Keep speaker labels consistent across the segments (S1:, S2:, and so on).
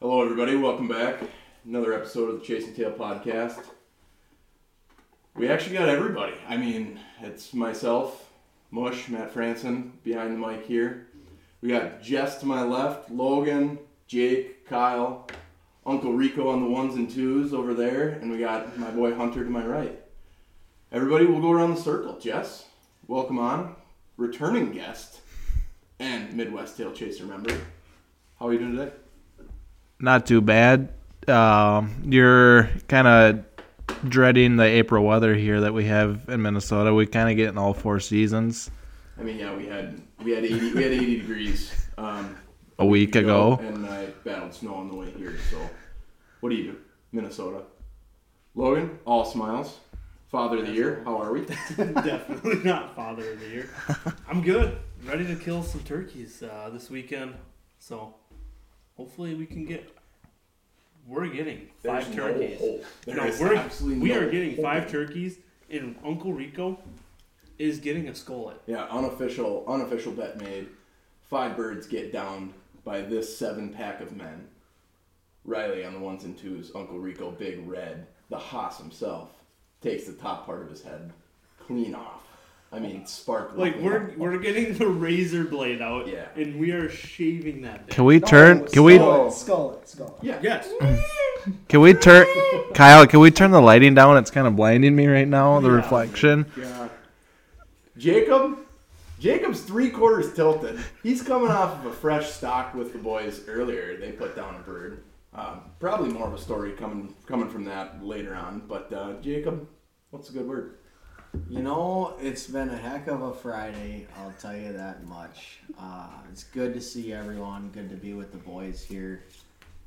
S1: Hello, everybody. Welcome back. Another episode of the Chasing Tail podcast. We actually got everybody. I mean, it's myself, Mush, Matt Franson, behind the mic here. We got Jess to my left, Logan, Jake, Kyle, Uncle Rico on the ones and twos over there, and we got my boy Hunter to my right. Everybody, we'll go around the circle. Jess, welcome on, returning guest, and Midwest Tail Chaser member. How are you doing today?
S2: not too bad. Um, you're kind of dreading the April weather here that we have in Minnesota. We kind of get in all four seasons
S1: I mean, yeah, we had we had eighty we had eighty degrees um,
S2: a week ago.
S1: and I battled snow on the way here. So, what do you do, Minnesota? Logan, all smiles, father of the year. How are we?
S3: Definitely not father of the year. I'm good. Ready to kill some turkeys uh, this weekend. So hopefully we can get. We're getting five
S1: There's no
S3: turkeys.
S1: hope.
S3: No,
S1: There is
S3: we're,
S1: absolutely
S3: we
S1: no
S3: are getting
S1: hope.
S3: five turkeys, and Uncle Rico is getting a skullet.
S1: Yeah, unofficial unofficial bet made. Five birds get downed by this seven pack of men. Riley on the ones and twos, Uncle Rico, Big Red, the Haas himself, takes the top part of his head clean off. I mean, sparkling.
S3: Like we're we're getting the razor blade out,
S1: Yeah.
S3: and we are shaving that. Bitch.
S2: Can we turn? Can we?
S1: snow.
S4: Skull it, skull it, skull it.
S1: yeah.
S3: Yes.
S2: Can we turn? Kyle, can we turn the lighting down? It's kind of blinding me right now. The
S3: Yeah.
S2: reflection.
S1: God. Jacob, Jacob's three quarters tilted. He's coming off of a fresh stock with the boys earlier. They put down a bird. Um, probably more of a story coming coming from that later on. But uh, Jacob, what's a good word?
S4: You know, it's been a heck of a Friday. I'll tell you that much. Uh, it's good to see everyone. Good to be with the boys here.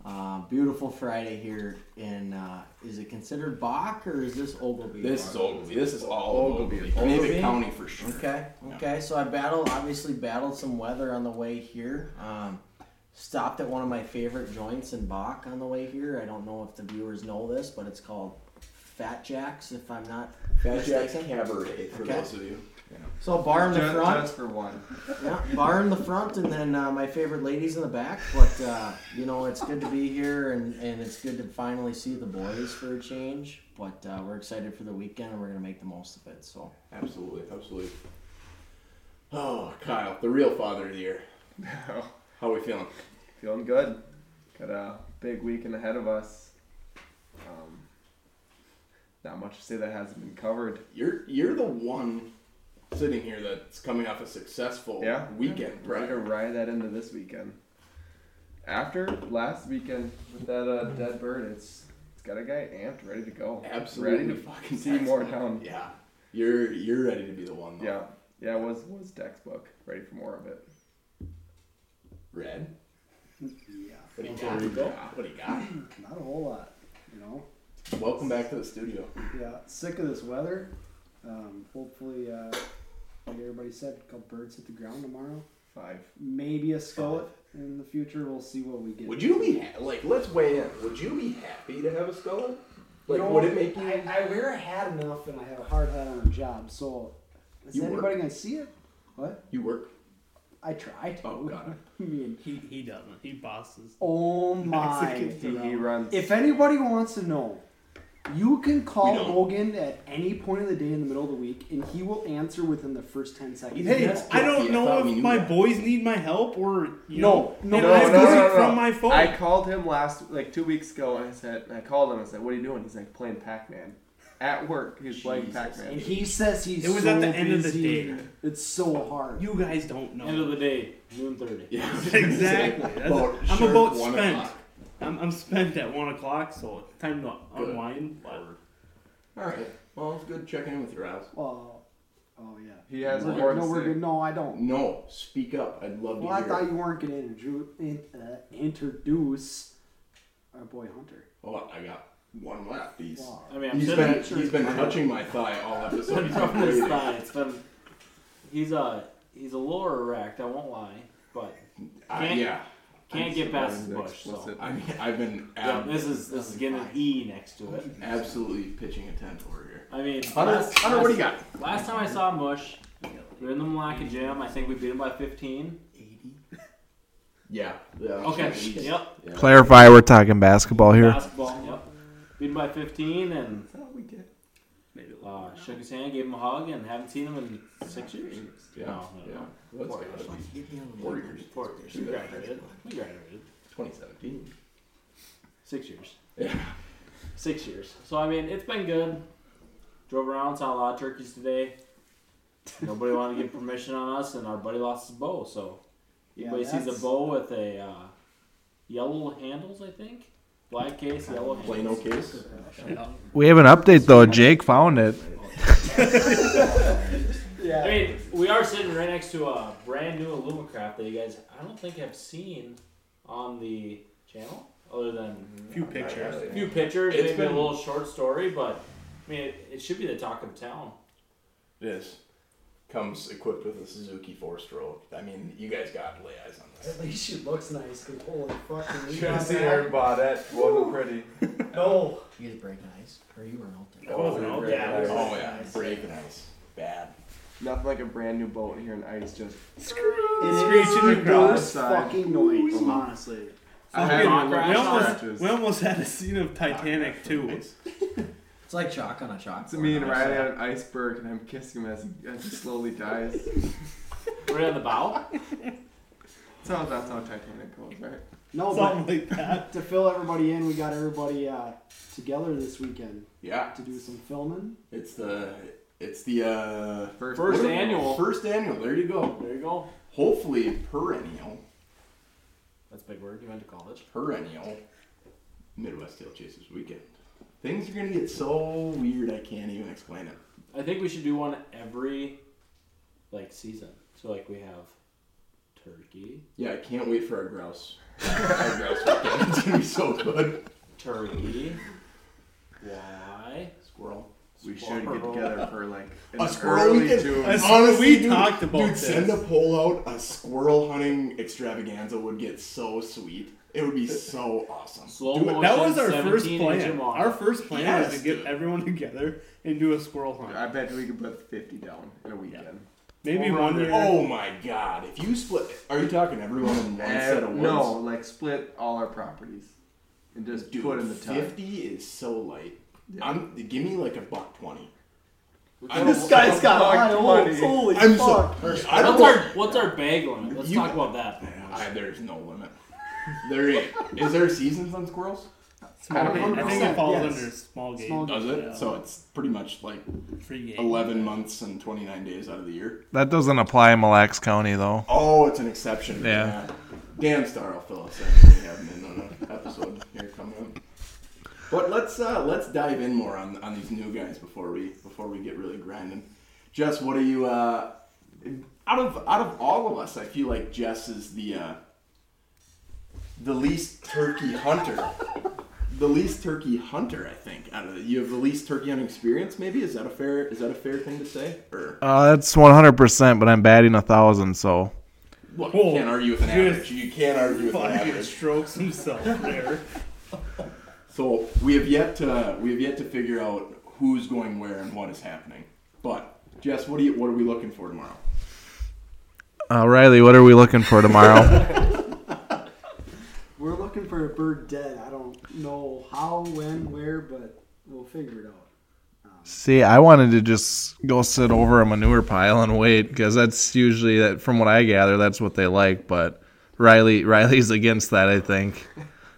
S4: Uh, beautiful Friday here in. Uh, is it considered Bach or is this Ogilvy?
S1: This is
S4: Park?
S1: Ogilvy. This is all Ogilvy.
S4: Ogilvy.
S1: Maybe
S4: Ogilvy?
S1: County for sure.
S4: Okay. Okay. So I battled, obviously battled some weather on the way here. Um, stopped at one of my favorite joints in Bach on the way here. I don't know if the viewers know this, but it's called Fat Jacks. If I'm not
S1: Fat Jack's
S4: mistaken.
S1: Cabaret for
S4: Okay.
S1: those of you.
S4: So bar in the front.
S5: for one.
S4: Yeah, bar in the front, and then uh, my favorite ladies in the back. But uh, you know, it's good to be here, and, and it's good to finally see the boys for a change. But uh, we're excited for the weekend, and we're gonna make the most of it. So
S1: Absolutely, absolutely. Oh, Kyle, the real father of the year. How we feeling?
S5: Feeling good. Got a big weekend ahead of us. Um, not much to say that hasn't been covered.
S1: You're you're the one sitting here that's coming off a successful
S5: Yeah.
S1: weekend,
S5: Ready
S1: right?
S5: to ride that into this weekend. After last weekend with that uh, dead bird, it's it's got a guy amped, ready to go.
S1: Absolutely
S5: Ready to
S1: fucking
S5: see
S1: tax
S5: more
S1: it.
S5: down.
S1: Yeah. You're you're ready to be the one though.
S5: Yeah, yeah. It was was textbook. Ready for more of it.
S1: Red.
S6: Yeah,
S1: What do you got? What do you got?
S6: not a whole lot, you know.
S1: Welcome back to the studio.
S6: Yeah, sick of this weather. Um, hopefully, uh, like everybody said, a couple birds hit the ground tomorrow.
S5: Five.
S6: Maybe a skullet in the future. We'll see what we get.
S1: Would you be ha- like? Let's weigh in. Would you be happy to have a skull? Like,
S6: know,
S1: would it make you?
S6: I, I wear a hat enough, and I have a hard hat on a job. So, is
S1: You
S6: anybody
S1: work.
S6: gonna see it? What?
S1: You work.
S6: I tried.
S1: Oh, got it.
S6: I mean,
S3: He he doesn't. He bosses.
S6: oh my!
S5: He, he runs.
S6: If anybody wants to know, you can call
S1: We don't.
S6: Logan at any point of the day in the middle of the week, and he will answer within the first ten seconds.
S3: Hey,
S6: That's-
S3: I
S1: Yeah,
S3: don't
S1: thought
S3: know
S1: we
S3: if
S1: knew
S3: my
S1: that.
S3: boys need my help or you
S6: No,
S3: know,
S6: no,
S3: and
S6: no,
S3: I'm
S6: no,
S3: doing
S6: no,
S3: it from my phone.
S5: I called him last, like two weeks ago, and I said, and I called him. and I said, "What are you doing?" He's like, "Playing Pac-Man." At work, he's playing
S1: Jesus.
S6: and
S5: Pac-Man.
S6: he says he's.
S3: It was
S6: so
S3: at the end of the
S6: busy.
S3: day.
S6: It's so hard.
S3: you guys don't know.
S7: End of the day, June 30.
S1: Yeah.
S3: Exactly. That's
S1: About
S3: it. I'm
S1: sure
S3: about
S1: one
S3: spent.
S1: o'clock.
S3: I'm, I'm spent at one o'clock, so it's time to
S1: Good.
S3: unwind. But
S1: All right. Well, it's good checking in with you, Rouse.
S6: Well, oh yeah.
S5: He has more
S6: We're good.
S5: to
S6: No, we're
S5: say.
S6: good. No, I don't.
S1: No, speak up. I'd love
S6: Well,
S1: to
S6: I
S1: hear.
S6: thought you weren't gonna introdu- in, uh, introduce our boy Hunter.
S1: Oh, I got one left. He's
S6: Wow.
S7: I mean, I'm
S1: he's
S7: sitting
S1: been he's been touching my thigh all episode. He's been
S7: on his
S1: breathing.
S7: thigh. It's been. He's a he's a lower erect. I won't lie, but
S1: Uh,
S7: Can't-
S1: yeah.
S7: can't get past the
S5: Explicit.
S7: bush. So
S1: I mean, I've been
S7: yeah,
S1: ab-
S7: this is this is getting an E next to it.
S1: absolutely pitching a tent over here.
S7: I mean,
S1: Hunter,
S7: last,
S1: Hunter what do you
S7: last-
S1: got?
S7: last time I saw Mush, we were in the Malacca gym. I think we beat him by 15. 80.
S1: Yeah. yeah
S7: Okay.
S1: Jeez.
S7: Yep.
S1: Yeah.
S2: Clarify, we're talking basketball here.
S7: Basketball. Yep. Beat him by 15 and
S3: Maybe a little
S7: uh,
S3: more.
S7: shook his hand, gave him a hug, and haven't seen him in six years.
S1: Yeah.
S7: No, no,
S1: yeah.
S7: no.
S1: Well,
S7: Four
S1: that's
S7: years.
S1: gotta be
S7: Four years. Four years. We
S1: Yeah.
S7: graduated. We graduated.
S1: 2017.
S7: Six years.
S1: Yeah.
S7: Six years. So I mean, it's been good. Drove around, saw a lot of turkeys today. Nobody wanted to give permission on us, and our buddy lost his bow. So
S6: Yeah,
S7: anybody sees a
S6: that's-
S7: bow with a uh, yellow handles, I think, black case, yellow
S1: Plain
S7: handles.
S1: old case.
S3: Yeah.
S2: We have an update though. Jake found it.
S7: I mean, we are sitting right next to a brand new Alumacraft that you guys, I don't think have seen on the channel, other than
S3: Few pictures.
S7: a few pictures,
S1: Mm-hmm. It's
S7: maybe
S1: been-
S7: a little short story. But I mean, it, it should be the talk of town.
S1: It is. Comes equipped with a Suzuki four stroke. I mean, you guys got to lay eyes on this.
S6: At least it looks nice. 'cause Holy fucking.
S5: Should have seen Eric bought it. Wasn't pretty.
S6: No.
S4: You guys breaking ice, or you weren't out there.
S3: That wasn't
S5: Oh,
S3: all
S5: yeah.
S3: bad.
S1: Oh yeah, breaking ice, bad.
S5: Nothing like a brand new boat in here and ice just.
S6: Screeching
S5: Screeching
S6: the
S5: across.
S6: gross fucking noise, honestly.
S5: I
S3: Fucking
S5: had to
S7: rock
S5: look
S7: rash.
S5: at
S3: We almost,
S5: scratches.
S3: we almost had a scene of Titanic too.
S4: It's like chalk on a chalk.
S5: It's me and riding on an iceberg, and I'm kissing him as he, as he slowly dies.
S7: Right on the bow.
S5: That's how, that's how Titanic goes, right?
S6: No, but
S3: Something like that.
S6: to fill everybody in, we got everybody uh, together this weekend
S1: Yeah,
S6: to do some filming.
S1: it's the it's the uh,
S5: First-
S7: First annual.
S1: First annual. There you go.
S7: There you go.
S1: Hopefully perennial,
S7: That's a big word. You went to college.
S1: perennial Midwest Tail Chasers weekend. Things are gonna get so weird. I can't even explain it.
S7: I think we should do one every like season. So like we have turkey,
S1: Yeah, I can't wait for our grouse. our grouse weekend. It's gonna be so good.
S7: turkey, why?
S1: Squirrel.
S5: We should get together for like an
S1: A squirrel weekend.
S5: June.
S3: A squirrel-
S1: Honestly,
S3: we
S1: dude,
S3: talked about
S1: dude,
S3: this.
S1: send a poll out. A squirrel hunting extravaganza would get so sweet. It would be so awesome.
S7: Slow
S3: Dude,
S7: motion.
S3: that was our first
S7: 17 inch
S3: plan.
S7: and long.
S3: Our first plan was
S1: Yes,
S3: to get
S1: dude.
S3: everyone together and do a squirrel hunt.
S5: I bet we could put 50 down in a weekend.
S3: Maybe
S5: Over
S3: one
S5: under.
S3: year.
S1: Oh my god! If you split, are you talking everyone in one set of
S5: And-
S1: woods?
S5: no, like split all our properties and just
S1: dude,
S5: put in the time.
S1: fifty is so light. I'm give me like a buck twenty.
S7: We
S1: I'm
S7: gotta-
S1: just-
S6: guy's got
S5: Fuck
S6: high hopes.
S5: money.
S6: Holy
S1: I'm
S6: fuck.
S1: so. I don't
S7: What's
S1: know.
S7: our what's our bag limit? Let's
S1: You-
S7: talk about that.
S1: I, there's no limit. There ain't. Is there seasons on squirrels?
S5: I
S3: small
S5: don't
S3: game.
S5: know.
S3: I think it falls
S6: Yes.
S3: under small game.
S6: Small
S1: Does it?
S3: Yeah.
S1: So it's pretty much like
S3: free game.
S1: eleven months and twenty nine days out of the year.
S2: That doesn't apply in Mille Lacs County though.
S1: Oh, it's an exception. to
S2: Yeah.
S1: that. Damn star, I'll fill us in. We have him in on an episode here coming up. But let's uh, let's dive in more on on these new guys before we before we get really grinding. Jess, what are you? Uh, out of out of all of us, I feel like Jess is the uh, the least turkey hunter. The least turkey hunter, I think. Out of the, you have the least turkey hunting experience. Maybe is that a fair is that a fair thing to say? Or
S2: Uh, that's 100%, but I'm batting a thousand, so
S1: Look,
S3: Whoa.
S1: you can't argue with an
S3: Dude.
S1: average. You can't argue with an
S3: Fucking
S1: average.
S3: strokes himself there.
S1: So we have yet to we have yet to figure out who's going where and what is happening. But Jess, what do you what are we looking for tomorrow?
S2: uh, Riley, what are we looking for tomorrow?
S6: We're looking for a bird dead. I don't know how, when, where, but we'll figure it out.
S2: See, I wanted to just go sit over a manure pile and wait because that's usually that from what I gather, that's what they like, but Riley Riley's against that, I think.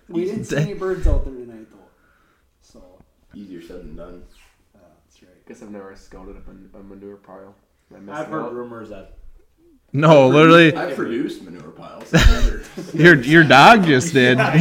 S6: We didn't see any birds out there tonight, though. So,
S1: Easier said than done.
S6: uh, that's right.
S5: guess I've never scouted a, man- a manure pile. Am I
S7: I've
S5: missing
S7: heard
S5: out?
S7: rumors that
S2: No, literally
S1: I produced manure piles. Never.
S2: your your dog just did.
S3: Tom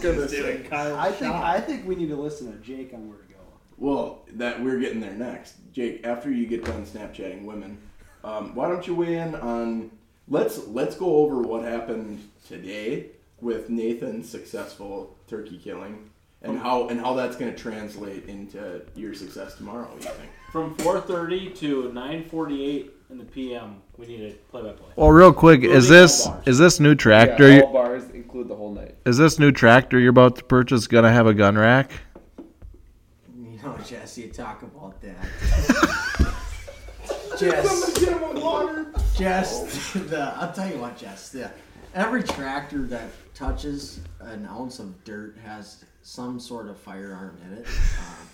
S3: just did it, Kyle
S6: I think
S3: shot.
S6: I think we need to listen to Jake on where to go.
S1: well, that we're getting there next. Jake, after you get done Snapchatting women, um, why don't you weigh in on let's let's go over what happened today with Nathan's successful turkey killing and how and how that's gonna translate into your success tomorrow, you think?
S7: from 4:30 to 9:48 in the p.m. we need a play-by-play.
S2: Well, real quick, is this is this new tractor
S5: Yeah, all bars include the whole night.
S2: is this new tractor you're about to purchase going to have a gun rack?
S4: You know, Jess, you talk about that. Jess, Jess, the, I'll tell you what, Jess. The, every tractor that touches an ounce of dirt has some sort of firearm in it. Um,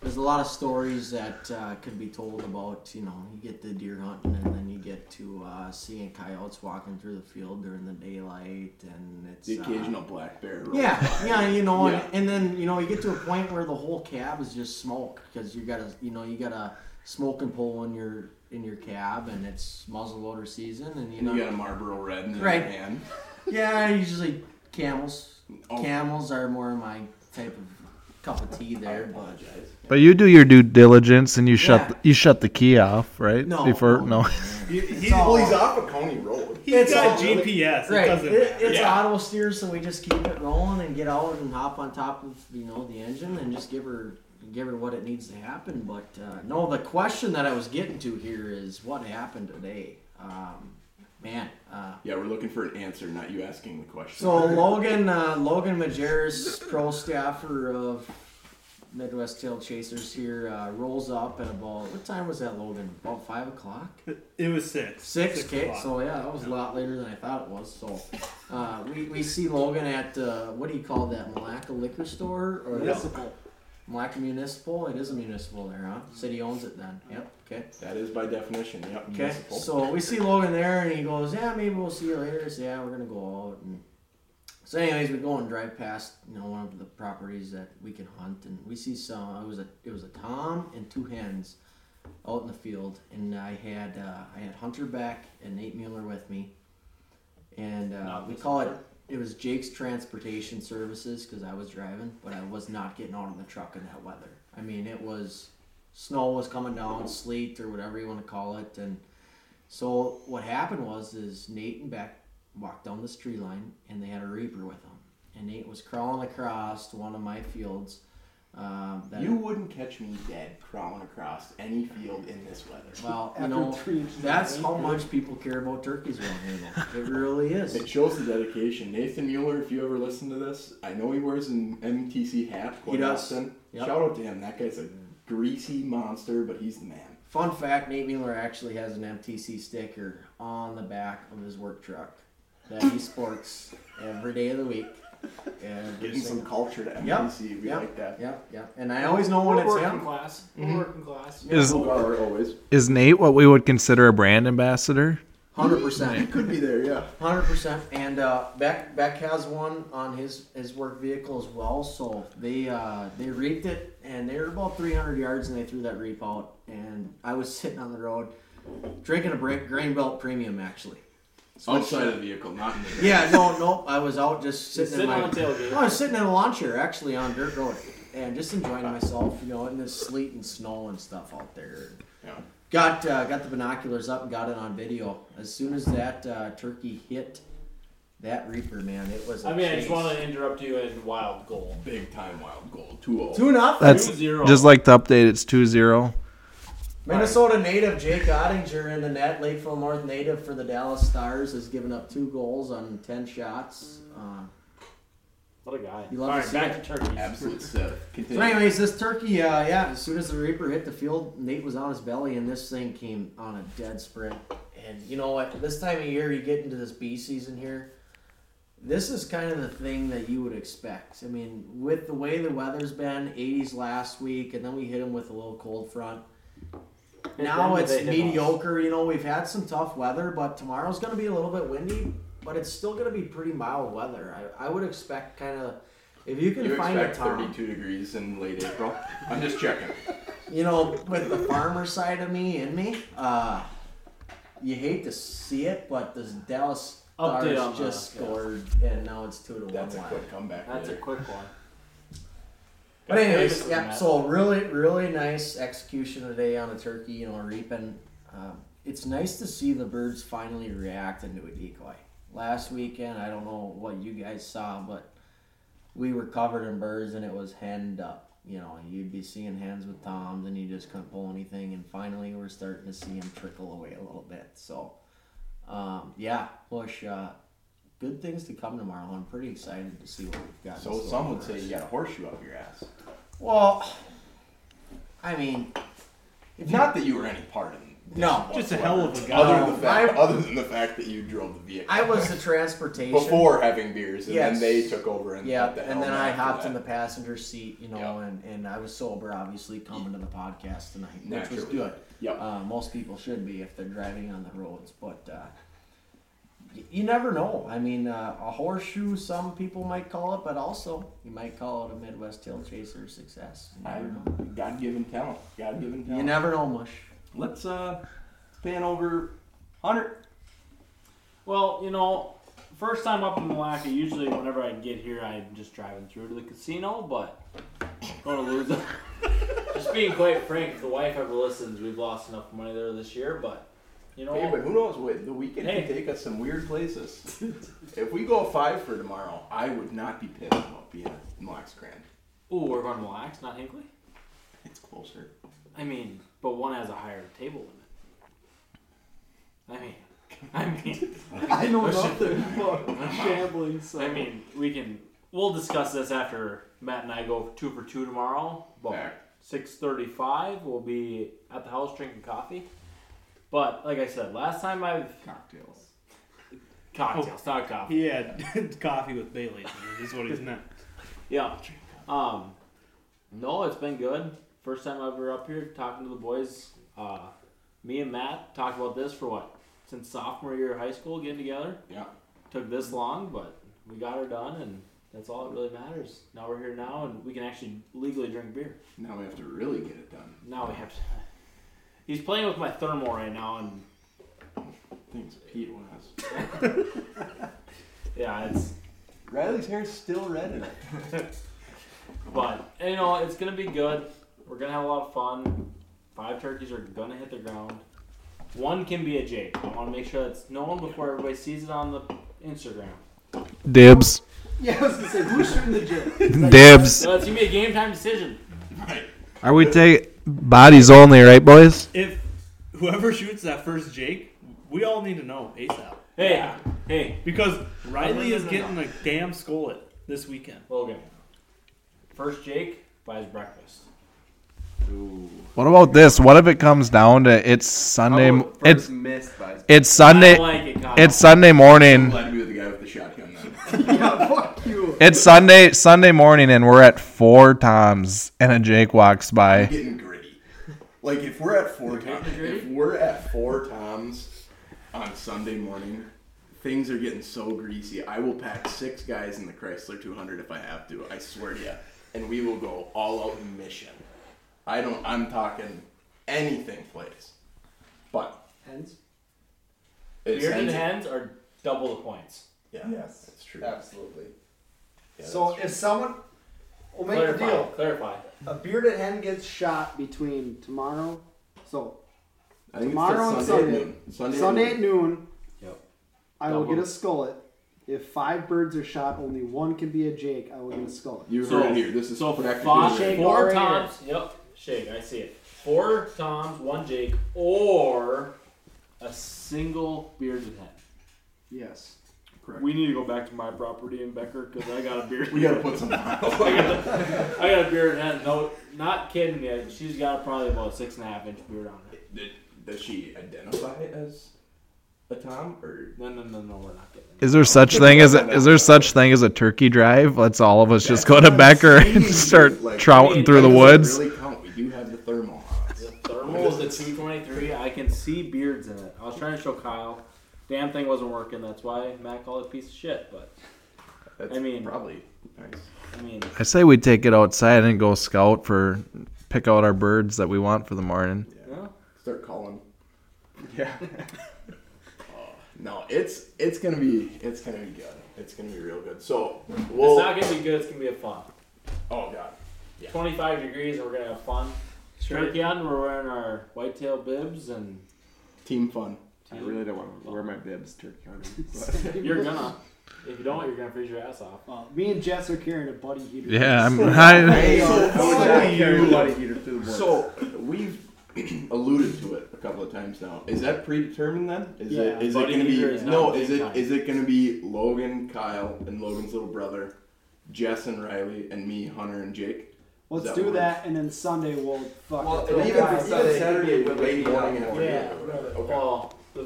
S4: there's a lot of stories that uh, can be told about, you know, you get to deer hunting and then you get to uh, seeing coyotes walking through the field during the daylight, and it's
S1: The
S4: uh,
S1: occasional black bear. rolls
S4: yeah, yeah, you know,
S1: Yeah.
S4: And, and then you know you get to a point where the whole cab is just smoke because you gotta, you know, you got a smoking pole in your in your cab, and it's muzzleloader season, and you
S1: And
S4: know,
S1: you got a Marlboro Red in the
S4: Right.
S1: other hand.
S4: yeah, usually camels.
S1: Oh.
S4: Camels are more my type of cup of tea
S1: I
S4: there, but
S1: apologize.
S2: But you do your due diligence and you shut
S4: Yeah.
S2: you shut the key off, right?
S4: no,
S2: Before no.
S3: He,
S4: It's all-
S1: Well, he's off a county road.
S3: has
S4: It's
S3: got
S4: all-
S3: GPS. It
S4: Right,
S3: doesn't
S4: it,
S3: matter.
S4: it's
S1: Yeah.
S4: auto steer, so we just keep it rolling and get out and hop on top of you know the engine and just give her give her what it needs to happen. But uh, no, the question that I was getting to here is what happened today, um, man. Uh,
S1: Yeah, we're looking for an answer, not you asking the question.
S4: so Logan uh, Logan Majerus, pro staffer of Midwest Tail Chasers here, uh, rolls up at about what time was that, Logan? About five o'clock.
S3: It was six.
S4: Six, okay.
S3: o'clock.
S4: So yeah, that was a lot later than I thought it was. So uh, we, we see Logan at uh, what do you call that? Malacca liquor store or
S6: Municipal.
S4: Malacca Municipal? It is a municipal there, huh? City owns it then. Yep. Okay.
S1: that is by definition. Yep. Oh,
S4: Okay.
S1: municipal.
S4: So we see Logan there, and he goes, "Yeah, maybe we'll see you later." So yeah, we're gonna go out. And so, anyways, we go and drive past you know one of the properties that we can hunt, and we see some. It was a it was a tom and two hens out in the field, and I had uh, I had Hunter back and Nate Mueller with me, and uh,
S7: Not
S4: we
S7: this
S4: call it. It was Jake's Transportation Services because I was driving, but I was not getting out of the truck in that weather. I mean, it was snow was coming down, sleet or whatever you want to call it, and so what happened was is Nate and Beck walked down this tree line and they had a reaper with them. And Nate was crawling across one of my fields. Um, that,
S1: you wouldn't catch me dead crawling across any field in this weather.
S4: well, you
S6: After
S4: know,
S6: three inches of
S4: that's
S6: rain,
S4: how
S6: dude.
S4: much people care about turkeys around here. Though. It really
S1: It
S4: is.
S1: shows the dedication. Nathan Mueller, if you ever listen to this, I know he wears an MTC hat quite
S4: He does.
S1: often.
S4: Yep.
S1: Shout out to him. That guy's a greasy monster, but he's the man.
S4: Fun fact: Nate Mueller actually has an MTC sticker on the back of his work truck that he sports every day of the week. Every
S1: Getting some
S4: single-
S1: culture to
S4: Yep.
S1: MTC. We
S4: Yep.
S1: like that.
S4: Yep, yep. And I always know when
S6: We're
S4: it's
S6: working
S4: him.
S6: class. We're
S3: Mm-hmm.
S6: working class.
S2: Is
S1: Oh, God, always.
S2: is Nate what we would consider a brand ambassador?
S4: Hundred percent.
S1: Could be there, yeah.
S4: Hundred percent, and uh, Beck Beck has one on his his work vehicle as well. So they uh, they reaped it, and they were about three hundred yards, and they threw that reap out. And I was sitting on the road, drinking a break, grain belt premium actually.
S1: Outside of the vehicle, not in the
S4: Yeah, no, no, I was out just sitting,
S7: sitting
S4: in my,
S7: on the tailgate.
S4: I was sitting in a lawn chair actually on dirt road, and just enjoying myself, you know, in this sleet and snow and stuff out there.
S1: Yeah.
S4: Got uh, got the binoculars up and got it on video. As soon as that uh, turkey hit that reaper, man, it was. a
S7: I mean, I
S4: chase.
S7: just want to interrupt you in wild goal.
S1: big time wild oh. goal. 2
S4: Two nothing.
S2: That's
S7: Two zero.
S2: just like the update. It's 2-0.
S4: Minnesota native Jake Ottinger in the net. Lakeville North native for the Dallas Stars has given up two goals on ten shots. Uh,
S7: What a guy.
S4: you
S7: All
S4: love to
S7: right,
S4: see it.
S7: back to turkeys.
S1: Absolute sieve.
S4: So,
S1: Continue.
S4: anyways, this turkey, uh, yeah, as soon as the Reaper hit the field, Nate was on his belly, and this thing came on a dead sprint. And you know what? This time of year, you get into this bee season here. This is kind of the thing that you would expect. I mean, with the way the weather's been, 80s last week, and then we hit him with a little cold front. Now
S7: Then
S4: it's
S7: they hit us.
S4: mediocre. You know, we've had some tough weather, but tomorrow's going to be a little bit windy, but it's still going to be pretty mild weather. I, I would expect kind of if you can
S1: You
S4: find a
S1: expect
S4: time.
S1: 32 degrees in late April. I'm just checking.
S4: you know, with the farmer side of me in me, uh, you hate to see it, but the Dallas
S7: Update
S4: Stars
S7: on the-
S4: just
S7: yeah.
S4: scored, and now it's two to one.
S1: That's a
S4: wild.
S1: quick comeback.
S7: That's a
S1: there.
S7: quick one.
S4: But anyways,
S7: Davis is
S4: yeah.
S7: mad.
S4: So really, really nice execution today on a turkey. You know, reaping. Um, it's nice to see the birds finally react into a decoy. Last weekend, I don't know what you guys saw, but we were covered in birds, and it was henned up. You know, you'd be seeing hens with toms, and you just couldn't pull anything. And finally, we're starting to see them trickle away a little bit. So, um, yeah, push. Uh, good things to come tomorrow. I'm pretty excited to see what we've got. in
S1: So
S4: store
S1: some would
S4: for
S1: say
S4: us.
S1: you got a horseshoe up your ass.
S4: Well, I mean,
S1: Not that you were any part in
S4: No,
S3: Just a hell of a guy.
S1: Other than the
S4: No,
S1: fact,
S4: I-
S1: other than the fact that you drove the vehicle,
S4: I was the transportation.
S1: before having beers, and
S4: Yes.
S1: then they took over and
S4: Yeah,
S1: got the
S4: and
S1: helm
S4: then I
S1: after
S4: hopped in the
S1: that.
S4: passenger seat, you know,
S1: Yeah.
S4: and, and I was sober, obviously, coming to the podcast tonight, which was
S1: Naturally.
S4: good.
S1: Yep.
S4: Uh, most people should be if they're driving on the roads, but uh, y- you never know. I mean, uh, a horseshoe, some people might call it, but also you might call it a Midwest Hill Chaser success. You never know.
S1: God-given talent. God-given
S4: You never know, Mush.
S1: Let's uh, pan over hundred.
S7: Well, you know, first time up in Malacca, usually whenever I get here, I'm just driving through to the casino, but going to lose it. just being quite frank, if the wife ever listens, we've lost enough money there this year, but, you know,
S1: Hey, but who knows? What the weekend
S7: Hey.
S1: can take us some weird places. if we go five for tomorrow, I would not be pissed about being at Mox Grand.
S7: ooh, we're going to Lax, not Hinkley?
S1: It's closer.
S7: I mean, but one has a higher table limit. I mean, I mean.
S6: I know nothing about gambling, so
S7: I mean, we can. We'll discuss this after Matt and I go two for two tomorrow.
S1: Yeah.
S7: But six thirty-five, we'll be at the house drinking coffee. But like I said, last time I've
S5: Cocktails.
S7: cocktails, not coffee.
S3: He had coffee with Bailey. Is what he's meant.
S7: Yeah. Um. No, it's been good. First time ever up here talking to the boys. Uh, me and Matt talked about this for what since sophomore year of high school, getting together.
S1: Yeah.
S7: took this long, but we got her done, and that's all that really matters. Now we're here now, and we can actually legally drink beer.
S1: Now we have to really get it done.
S7: Now we have to. He's playing with my thermal right now, and
S1: Things Pete wants.
S7: yeah, it's.
S1: Riley's hair's still red in it.
S7: But you know, it's gonna be good. We're gonna have a lot of fun. Five turkeys are gonna hit the ground. One can be a Jake. I want to make sure it's known before everybody sees it on the Instagram.
S2: Dibs.
S6: yeah, I was gonna say who's shooting the gym?
S2: Dibs.
S7: So it's gonna be a game time decision.
S2: Are we taking bodies only, right, boys?
S3: If whoever shoots that first Jake, we all need to know ASAP
S7: Hey, hey,
S3: because Riley
S7: no,
S3: is
S7: no,
S3: getting a damn skullet this weekend.
S7: Logan. First Jake buys breakfast.
S2: What about this? What if it comes down to it's Sunday?
S5: Oh, first
S2: It's
S5: missed by his
S2: it's
S7: I
S2: Sunday.
S7: don't like it, Kyle.
S2: It's Sunday
S1: I'm
S2: morning.
S1: glad to be the guy with the shotgun then.
S6: yeah, fuck you.
S2: It's Sunday Sunday morning, and we're at four toms, and a Jake walks by.
S1: getting gritty. Like if we're at four times, if we're at four times on Sunday morning, things are getting so greasy. I will pack six guys in the Chrysler 200 if I have to. I swear to you, and we will go all out mission. I don't. I'm talking anything plays, but
S6: Hence,
S1: it's
S7: Beard and hands are double the points.
S1: Yeah,
S5: Yes.
S1: that's true.
S5: Absolutely.
S1: Yeah,
S6: so
S1: that's
S6: if someone, we'll make a
S7: clarify.
S6: deal.
S7: Clarify.
S6: A bearded hen gets shot between tomorrow, so
S1: true. I think it's
S6: tomorrow and
S1: Sunday at
S6: Sunday.
S1: noon. Sunday, at
S6: Sunday
S1: noon.
S6: at noon.
S7: Yep.
S6: I will
S7: Double.
S6: get a skullet. If five birds are shot, only one can be a Jake. I will get a skullet.
S1: You heard
S7: So-
S1: it here. This is
S7: So
S1: practically
S7: five,
S1: the-
S4: Shake
S7: four
S4: already.
S7: toms. Yep. Shake. I see it. Four toms, one Jake, or a single beard and head.
S6: Yes.
S1: correct.
S7: We need to go back to my property in Becker because I got a beard.
S1: We gotta put some.
S7: I got, a- I got a beard and head. No, not kidding you. She's got probably about a six and a half inch beard on her.
S1: Did, does she identify as a Tom or?
S7: No, no, no, no. We're not getting. it.
S2: Is there such thing as is there such thing as a turkey drive? Let's all of us just go
S1: That's
S2: to
S1: what I'm
S2: Becker and
S1: saying,
S2: start
S1: dude. Like,
S2: trouting through the
S1: doesn't
S2: woods.
S1: Really count. We do have the thermal.
S7: The thermal is the 223. I can see beards in it. I was trying to show Kyle. Damn thing wasn't working. That's why Matt called it a piece of shit. But
S1: That's
S7: I mean-
S1: probably nice.
S7: I mean,
S2: I say we take it outside and go scout for pick out our birds that we want for the morning.
S7: yeah.
S1: Start calling.
S5: Yeah.
S1: No, it's it's gonna be it's gonna be good. It's gonna be real good. So
S7: It's
S1: we'll.
S7: not gonna be good. It's gonna be a fun.
S1: oh god.
S7: 25 degrees, and we're gonna have fun. Turkey on. We're wearing our whitetail bibs, and
S1: Team fun.
S5: I really don't want to wear my bibs turkey hunting. but-
S7: you're gonna. If you don't, you're gonna freeze your ass off.
S6: Uh, me and Jess are carrying a buddy heater.
S2: Yeah, I'm I,
S1: Hey,
S5: I would not carry a body heater through the woods.
S1: So we've alluded to it a couple of times now. Is that predetermined then? Is
S6: Yeah,
S1: it is it
S7: Buddy
S1: gonna be
S7: Heater is not
S1: no?
S7: the
S1: Is it
S7: same
S1: is
S7: time.
S1: it gonna be Logan, Kyle, and Logan's little brother, Jess and Riley, and me, Hunter and Jake?
S6: Let's
S1: that
S6: do
S1: works.
S6: that, and then Sunday we'll fuck.
S5: Well,
S6: it.
S5: and even if it's
S6: Yeah.
S5: Sunday,
S1: Saturday
S5: it could
S1: would
S5: be
S1: late
S5: late
S1: morning
S5: morning.
S1: afternoon. or
S6: Yeah,
S1: whatever.
S6: right.
S1: Okay.
S7: Well, the,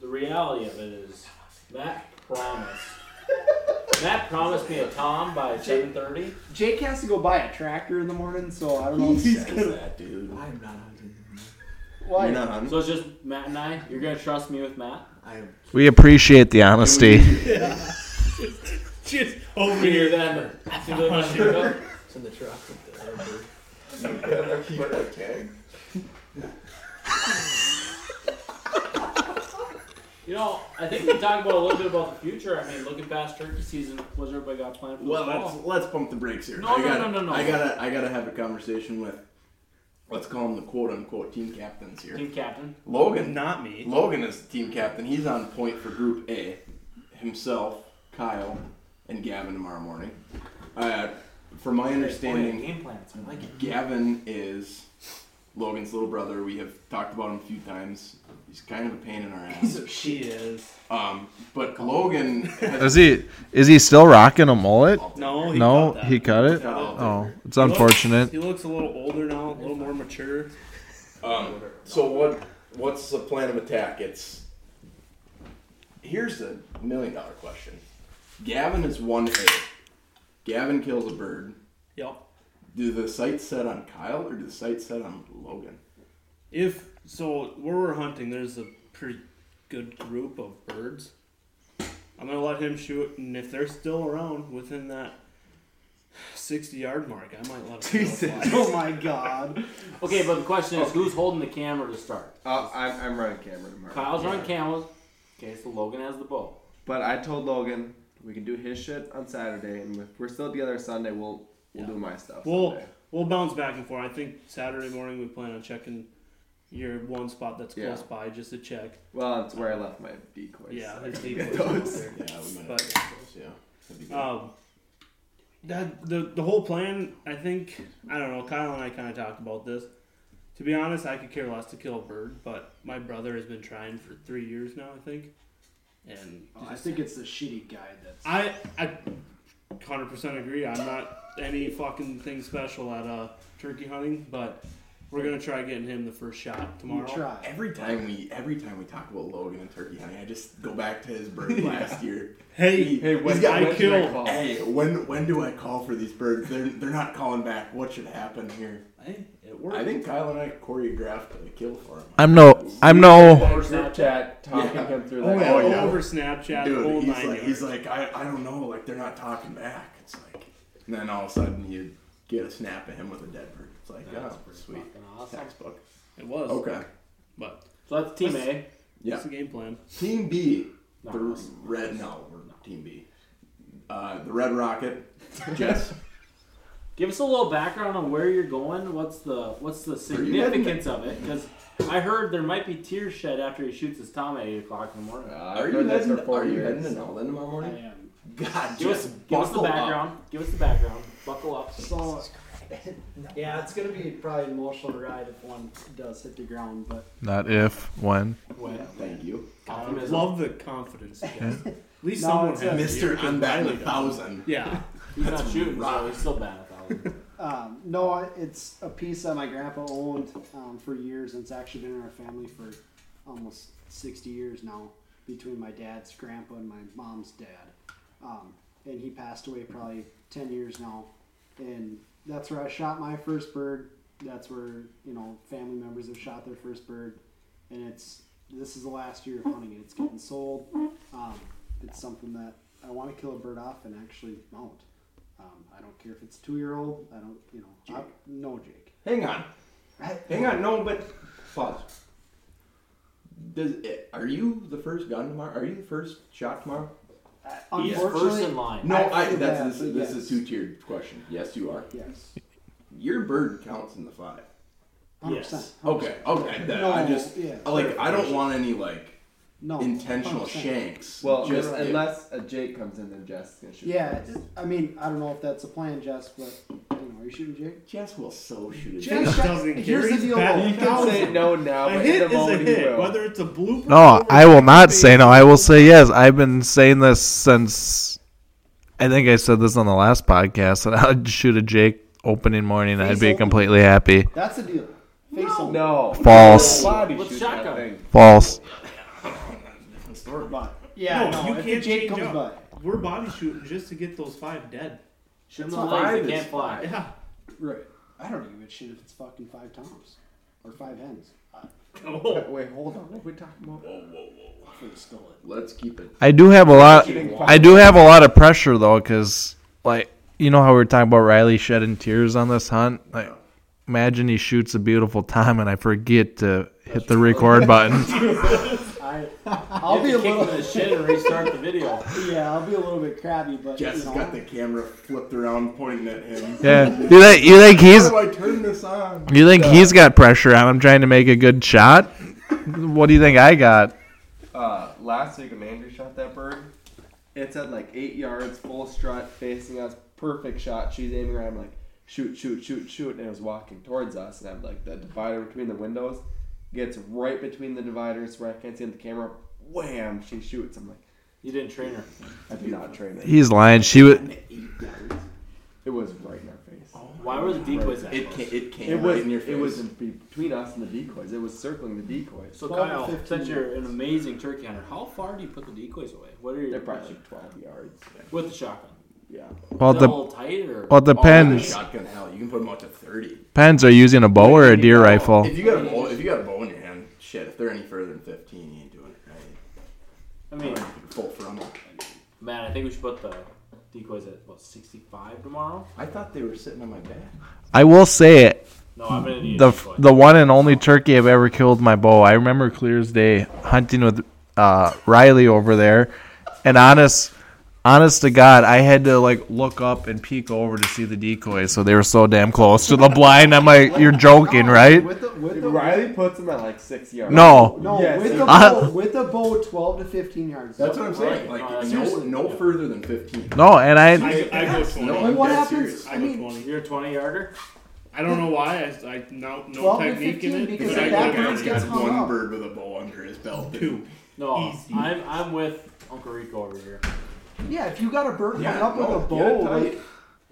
S7: the reality of it is Matt promised. Matt promised me a Tom by 7:30.
S6: Jake has to go buy a tractor in the morning, so I don't know. if
S1: He's
S6: he's
S1: good
S6: gonna.
S1: that, dude.
S4: I'm not hunting.
S1: You're
S6: Why?
S1: not hunting?
S7: So it's just Matt and I. You're gonna trust me with Matt.
S4: I
S2: We appreciate the honesty.
S3: Just over
S7: We do
S3: here.
S7: that. in the- after the shoot up.
S4: it's in the truck with the other bird.
S7: You know, I think we talked about a little bit about the future. I mean, looking past turkey season, what's everybody got planned for
S1: Well,
S7: the
S1: let's
S7: fall?
S1: let's pump the brakes here.
S7: Oh. No,
S1: I
S7: no,
S1: gotta,
S7: no, no, no.
S1: I gotta I gotta have a conversation with let's call him the quote unquote team captains here.
S7: Team captain.
S1: Logan
S3: Not me.
S1: Logan is the team captain. He's on point for Group A. Himself, Kyle, and Gavin tomorrow morning. Uh, from my
S7: Oh, yeah,
S1: understanding,
S7: game plans. I like it.
S1: Gavin is Logan's little brother. We have talked about him a few times. He's kind of a pain in our ass.
S3: She is.
S1: Um, but Logan has
S2: Is he is he still rocking a mullet?
S3: No, he
S2: no,
S3: cut that.
S2: he cut it.
S1: Yeah, I'll
S2: Oh, it's
S3: He looks-
S2: unfortunate.
S3: He looks a little older now, a little more mature.
S1: Um, so what? What's the plan of attack? It's here's the million dollar question. Gavin is one A. Gavin kills a bird.
S3: Yep.
S1: Do the sights set on Kyle or do the sights set on Logan?
S3: If so, where we're hunting, there's a pretty good group of birds. I'm gonna let him shoot, and if they're still around within that 60 yard mark, I might let him
S5: Jesus.
S3: fly.
S6: Oh my god.
S7: Okay, but the question is, who's holding the camera to start?
S5: Uh, I'm, I'm running camera tomorrow.
S7: Kyle's on cameras. Okay, so Logan has the bow.
S5: But I told Logan we can do his shit on Saturday, and if we're still together Sunday, we'll we'll do my stuff.
S3: We'll
S5: Sunday.
S3: we'll bounce back and forth. I think Saturday morning we plan on checking your one spot that's
S5: Yeah.
S3: close by just to check.
S5: Well, it's where I left my decoys.
S3: Yeah,
S5: so
S3: his
S5: I can
S3: decoys
S5: get
S3: are out
S5: those.
S3: there.
S1: Yeah, we might
S3: But-
S1: have those, yeah. That'd be good.
S3: Um, that the the whole plan. I think I don't know. Kyle and I kind of talked about this. To be honest, I could care less to kill a bird, but my brother has been trying for three years now. I think, and
S6: I think it's the shitty guy that's.
S3: I I hundred percent agree. I'm not any fucking thing special at uh turkey hunting, but we're gonna try getting him the first shot
S6: You
S3: tomorrow.
S6: try.
S1: every time we every time we talk about Logan and turkey hunting, I just go back to his bird last year.
S3: Hey,
S5: Hey, when,
S3: He's got-
S5: when
S3: I
S5: did I
S3: killed-
S5: call?
S1: Hey, when when do I call for these birds? They're they're not calling back. What should happen here?
S3: hey, it
S1: I
S3: worked.
S1: think Kyle and I choreographed a kill for him.
S2: I'm no I'm no
S5: Over Snapchat, talking
S1: Yeah.
S5: him through
S1: Oh,
S5: that.
S1: yeah.
S3: All over Snapchat, the whole
S1: Dude, he's
S3: nine
S1: like,
S3: yards.
S1: he's like, I, I don't know, like they're not talking back. It's like, and then all of a sudden you get a snap of him with a dead bird. It's like,
S7: That's
S1: oh,
S7: pretty
S1: sweet,
S7: fucking awesome.
S1: textbook.
S3: it was,
S1: Okay,
S3: but
S7: So that's team A.
S1: yeah.
S3: that's the game plan.
S1: Team B,
S7: No,
S1: the
S7: that's-
S1: red. No, we're not Team B. Uh, the Red Rocket, Jess.
S7: Give us a little background on where you're going. What's the what's the
S1: you heading?
S7: significance of it? Because I heard there might be tears shed after he shoots his tom at eight o'clock in the morning.
S5: Uh, I've heard this for four years.
S1: Nolan tomorrow
S6: I am.
S1: God,
S7: Give us,
S1: Jess,
S7: give us the
S1: buckle up.
S7: background. Give us the background. Buckle up.
S6: So, yeah, it's gonna be probably an emotional ride if one does hit the ground, but
S2: not if when.
S1: Yeah, thank you,
S7: Optimism.
S3: Love the confidence. you guys. At least
S6: No,
S3: someone
S6: it's
S3: has
S6: a-
S3: it here,
S1: Mister.
S3: 'cause
S1: I'm back
S3: Riley
S1: in a
S3: doesn't.
S1: thousand.
S3: Yeah,
S7: He's not shooting,
S1: rough.
S7: so he's still bad at that one.
S6: Um, no, I- it's a piece that my grandpa owned um, for years, and it's actually been in our family for almost 60 years now, between my dad's grandpa and my mom's dad. Um, and he passed away probably 10 years now. And that's where I shot my first bird. That's where, you know, family members have shot their first bird. And it's, this is the last year of hunting it. It's getting sold. Um, it's something that I want to kill a bird off and actually mount. Um, I don't care if it's two year old. I don't, you know, I, no Jake.
S1: Hang on. Hang on, no, but pause. Does are you the first gun tomorrow? Are you the first shot tomorrow?
S7: Uh, He's first in line.
S1: No,
S6: I
S1: I.
S6: feel bad,
S1: That's this.
S6: but
S1: This
S6: yes.
S1: is two tiered question. Yes, you are.
S6: yes,
S1: Your bird counts in the five.
S6: 100%.
S7: Yes.
S1: Okay, okay. That, I
S6: No,
S1: just
S6: yeah.
S1: like I don't want any like
S6: No
S1: intentional
S6: 100%.
S1: shanks.
S5: Well,
S1: just if-
S5: unless a Jake comes in, then Jess is gonna shoot.
S6: Yeah,
S5: first.
S6: it- I mean, I don't know if that's a plan, Jess, but you know, are you shooting Jake?
S1: Jess will so shoot it.
S6: Jess
S3: Jake
S6: shot-
S3: doesn't
S6: here's
S3: care.
S6: the
S3: He's
S6: deal,
S3: bad.
S6: though.
S5: You can say no now,
S3: a
S5: but in
S3: hit
S5: the
S3: is a
S5: moment he
S3: hit.
S5: will.
S3: Whether it's a blooper.
S2: No,
S3: or
S2: I will not
S3: something.
S2: say no. I will say yes. I've been saying this since I think I said this on the last podcast that I'd shoot a Jake opening morning, I'd
S6: Face
S2: be
S6: open.
S2: completely happy.
S6: That's the deal. Face open.
S5: No.
S2: False.
S5: Body
S7: With
S5: shoot that
S7: shotgun.
S5: thing.
S2: False.
S6: But
S3: No,
S6: yeah, no,
S3: you
S6: if
S3: can't
S6: Jake
S3: change
S6: comes by,
S3: up. We're body shooting just to get those five dead.
S7: Shoot
S6: It's
S7: them in the
S6: fine.
S7: legs,
S5: It's
S7: they can't fly.
S3: Yeah.
S6: right? I don't give a shit if it's fucking five toms or five hens. I
S5: Wait, hold on. What are we talking about?
S6: fucking stole it.
S1: Let's keep it.
S2: I do have a lot. I do have a lot of pressure though, because like you know how we were talking about Riley shedding tears on this hunt. Like, imagine he shoots a beautiful time and I forget to hit the record button.
S6: I
S7: I'll
S6: I'll
S7: be
S6: be a
S7: kick
S6: little
S7: them in the shit and restart the video.
S6: yeah, I'll be a little bit crabby, but
S1: Jess
S6: you
S1: has
S6: know,
S1: got the camera flipped around, pointing at him.
S2: Yeah, you think you think he's
S1: How do I turn this on?
S2: you think he's got pressure on him trying to make a good shot? What do you think I got?
S5: Uh, last week when Andrew shot that bird, it's at like eight yards, full strut, facing us, perfect shot. She's aiming around like shoot, shoot, shoot, shoot, and it was walking towards us. And I'm like the divider between the windows gets right between the dividers where I can't see in the camera. Wham! She shoots. I'm like,
S7: You didn't train her.
S5: I did not train it.
S2: He's lying. She was.
S5: It was right in our face.
S7: Why were the decoys that
S1: It came,
S7: close?
S1: it came
S5: It
S1: right
S5: was
S1: in your face.
S5: it was in be- between us and the decoys. It was circling the decoys.
S7: So
S6: 12 to
S7: Kyle,
S6: 15
S7: since you're an amazing turkey hunter, how far do you put the decoys away? What are
S5: They're
S7: your
S5: probably like 12 yards.
S7: with the shotgun?
S5: Yeah.
S2: Well,
S7: Is it
S2: the
S7: all tight or
S2: well depends.
S1: Shotgun hell, you can put them up to thirty.
S2: Depends. Are you using a bow or a deer rifle?
S1: If you got a bow, if you got a bow in your hand, shit. If they're any further than fifteen, you ain't doing it right.
S7: I mean,
S1: Full frontal.
S7: man, I think we should put the decoys at what 65 tomorrow.
S1: I thought they were sitting on my back.
S2: I will say it.
S7: No, I'm gonna need a
S2: the
S7: decoy.
S2: the one and only turkey I've ever killed my bow. I remember clear as day hunting with uh, Riley over there, and honest, honest to God, I had to like look up and peek over to see the decoys. So they were so damn close to the blind. I'm like, you're joking, right?
S6: With the with the
S5: Riley puts them at like six yards.
S2: No,
S6: no
S5: Yes.
S6: with the
S2: I-
S6: bow with the bow twelve to fifteen yards.
S1: That's what I'm saying.
S7: Right.
S1: Like
S7: Uh,
S1: no,
S7: seriously.
S1: no further than fifteen.
S2: no, and I
S3: I, I go 20.
S1: No,
S6: Like,
S1: I'm
S6: what
S1: dead
S6: happens-
S1: serious.
S3: I
S6: I
S3: go
S6: mean-
S3: 20.
S7: You're a 20 yarder.
S3: I don't know why. I, I no no
S6: 12 to
S3: technique
S6: 15
S3: in it.
S6: because
S3: but
S1: Because
S6: the
S3: I
S1: I
S3: go
S1: know
S6: back
S1: a
S3: down
S1: guy's
S6: one's
S3: there.
S6: gets
S1: got
S6: hung
S1: one
S6: up.
S1: bird with a bow under his belt.
S3: Two.
S7: No,
S3: Easy.
S7: I'm I'm with Uncle Rico over here.
S6: Yeah, if you got a bird
S1: Yeah,
S6: hung up
S1: no,
S6: with a
S1: get it
S6: bow,
S1: tight.
S6: like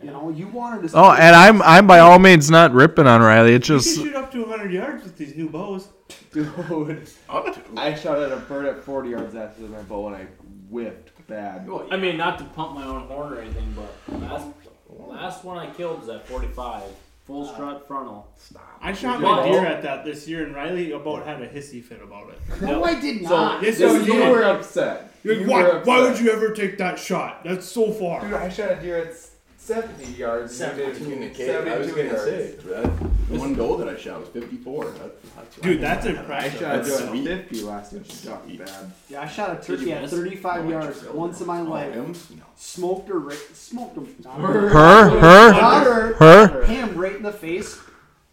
S6: you know, you wanted to.
S2: oh, and I'm I'm by all means not ripping on Riley. It's
S3: You
S2: just
S3: can shoot up to 100 yards with these new bows.
S5: Dude.
S1: Up to.
S5: I shot at a bird at 40 yards after my bow and I whipped bad.
S1: Well,
S7: I mean, not to pump my own horn or anything, but last last one I killed was at 45, full
S6: Uh,
S7: strut frontal.
S1: Stop.
S3: I shot
S7: Wow.
S3: my deer at that this year, and Riley about had a hissy fit about it.
S6: no, I did
S7: So-
S6: not.
S3: Yes,
S5: So
S3: so
S5: you were upset.
S3: You're
S5: You
S3: like,
S5: were
S3: why, why would
S5: upset.
S3: you ever take that shot? That's so
S5: Dude,
S3: far.
S5: I shot a deer at 70 yards. You did
S1: Communicate. I was gonna say that the one goal that I shot was 54. That- that's
S3: Dude, that's
S5: I
S3: impressive.
S5: shot a deer
S1: That's
S5: at
S1: sweet.
S5: 50 last year. She shot me bad.
S6: yeah, I shot a
S7: you
S6: turkey at
S7: miss?
S6: thirty-five
S1: No, I
S6: yards
S1: just really
S6: once in my
S1: don't. Oh,
S6: life.
S1: him? No.
S6: Smoked a ra- smoked a not
S5: Bird.
S2: her, her,
S6: her,
S2: her.
S6: him right in the face.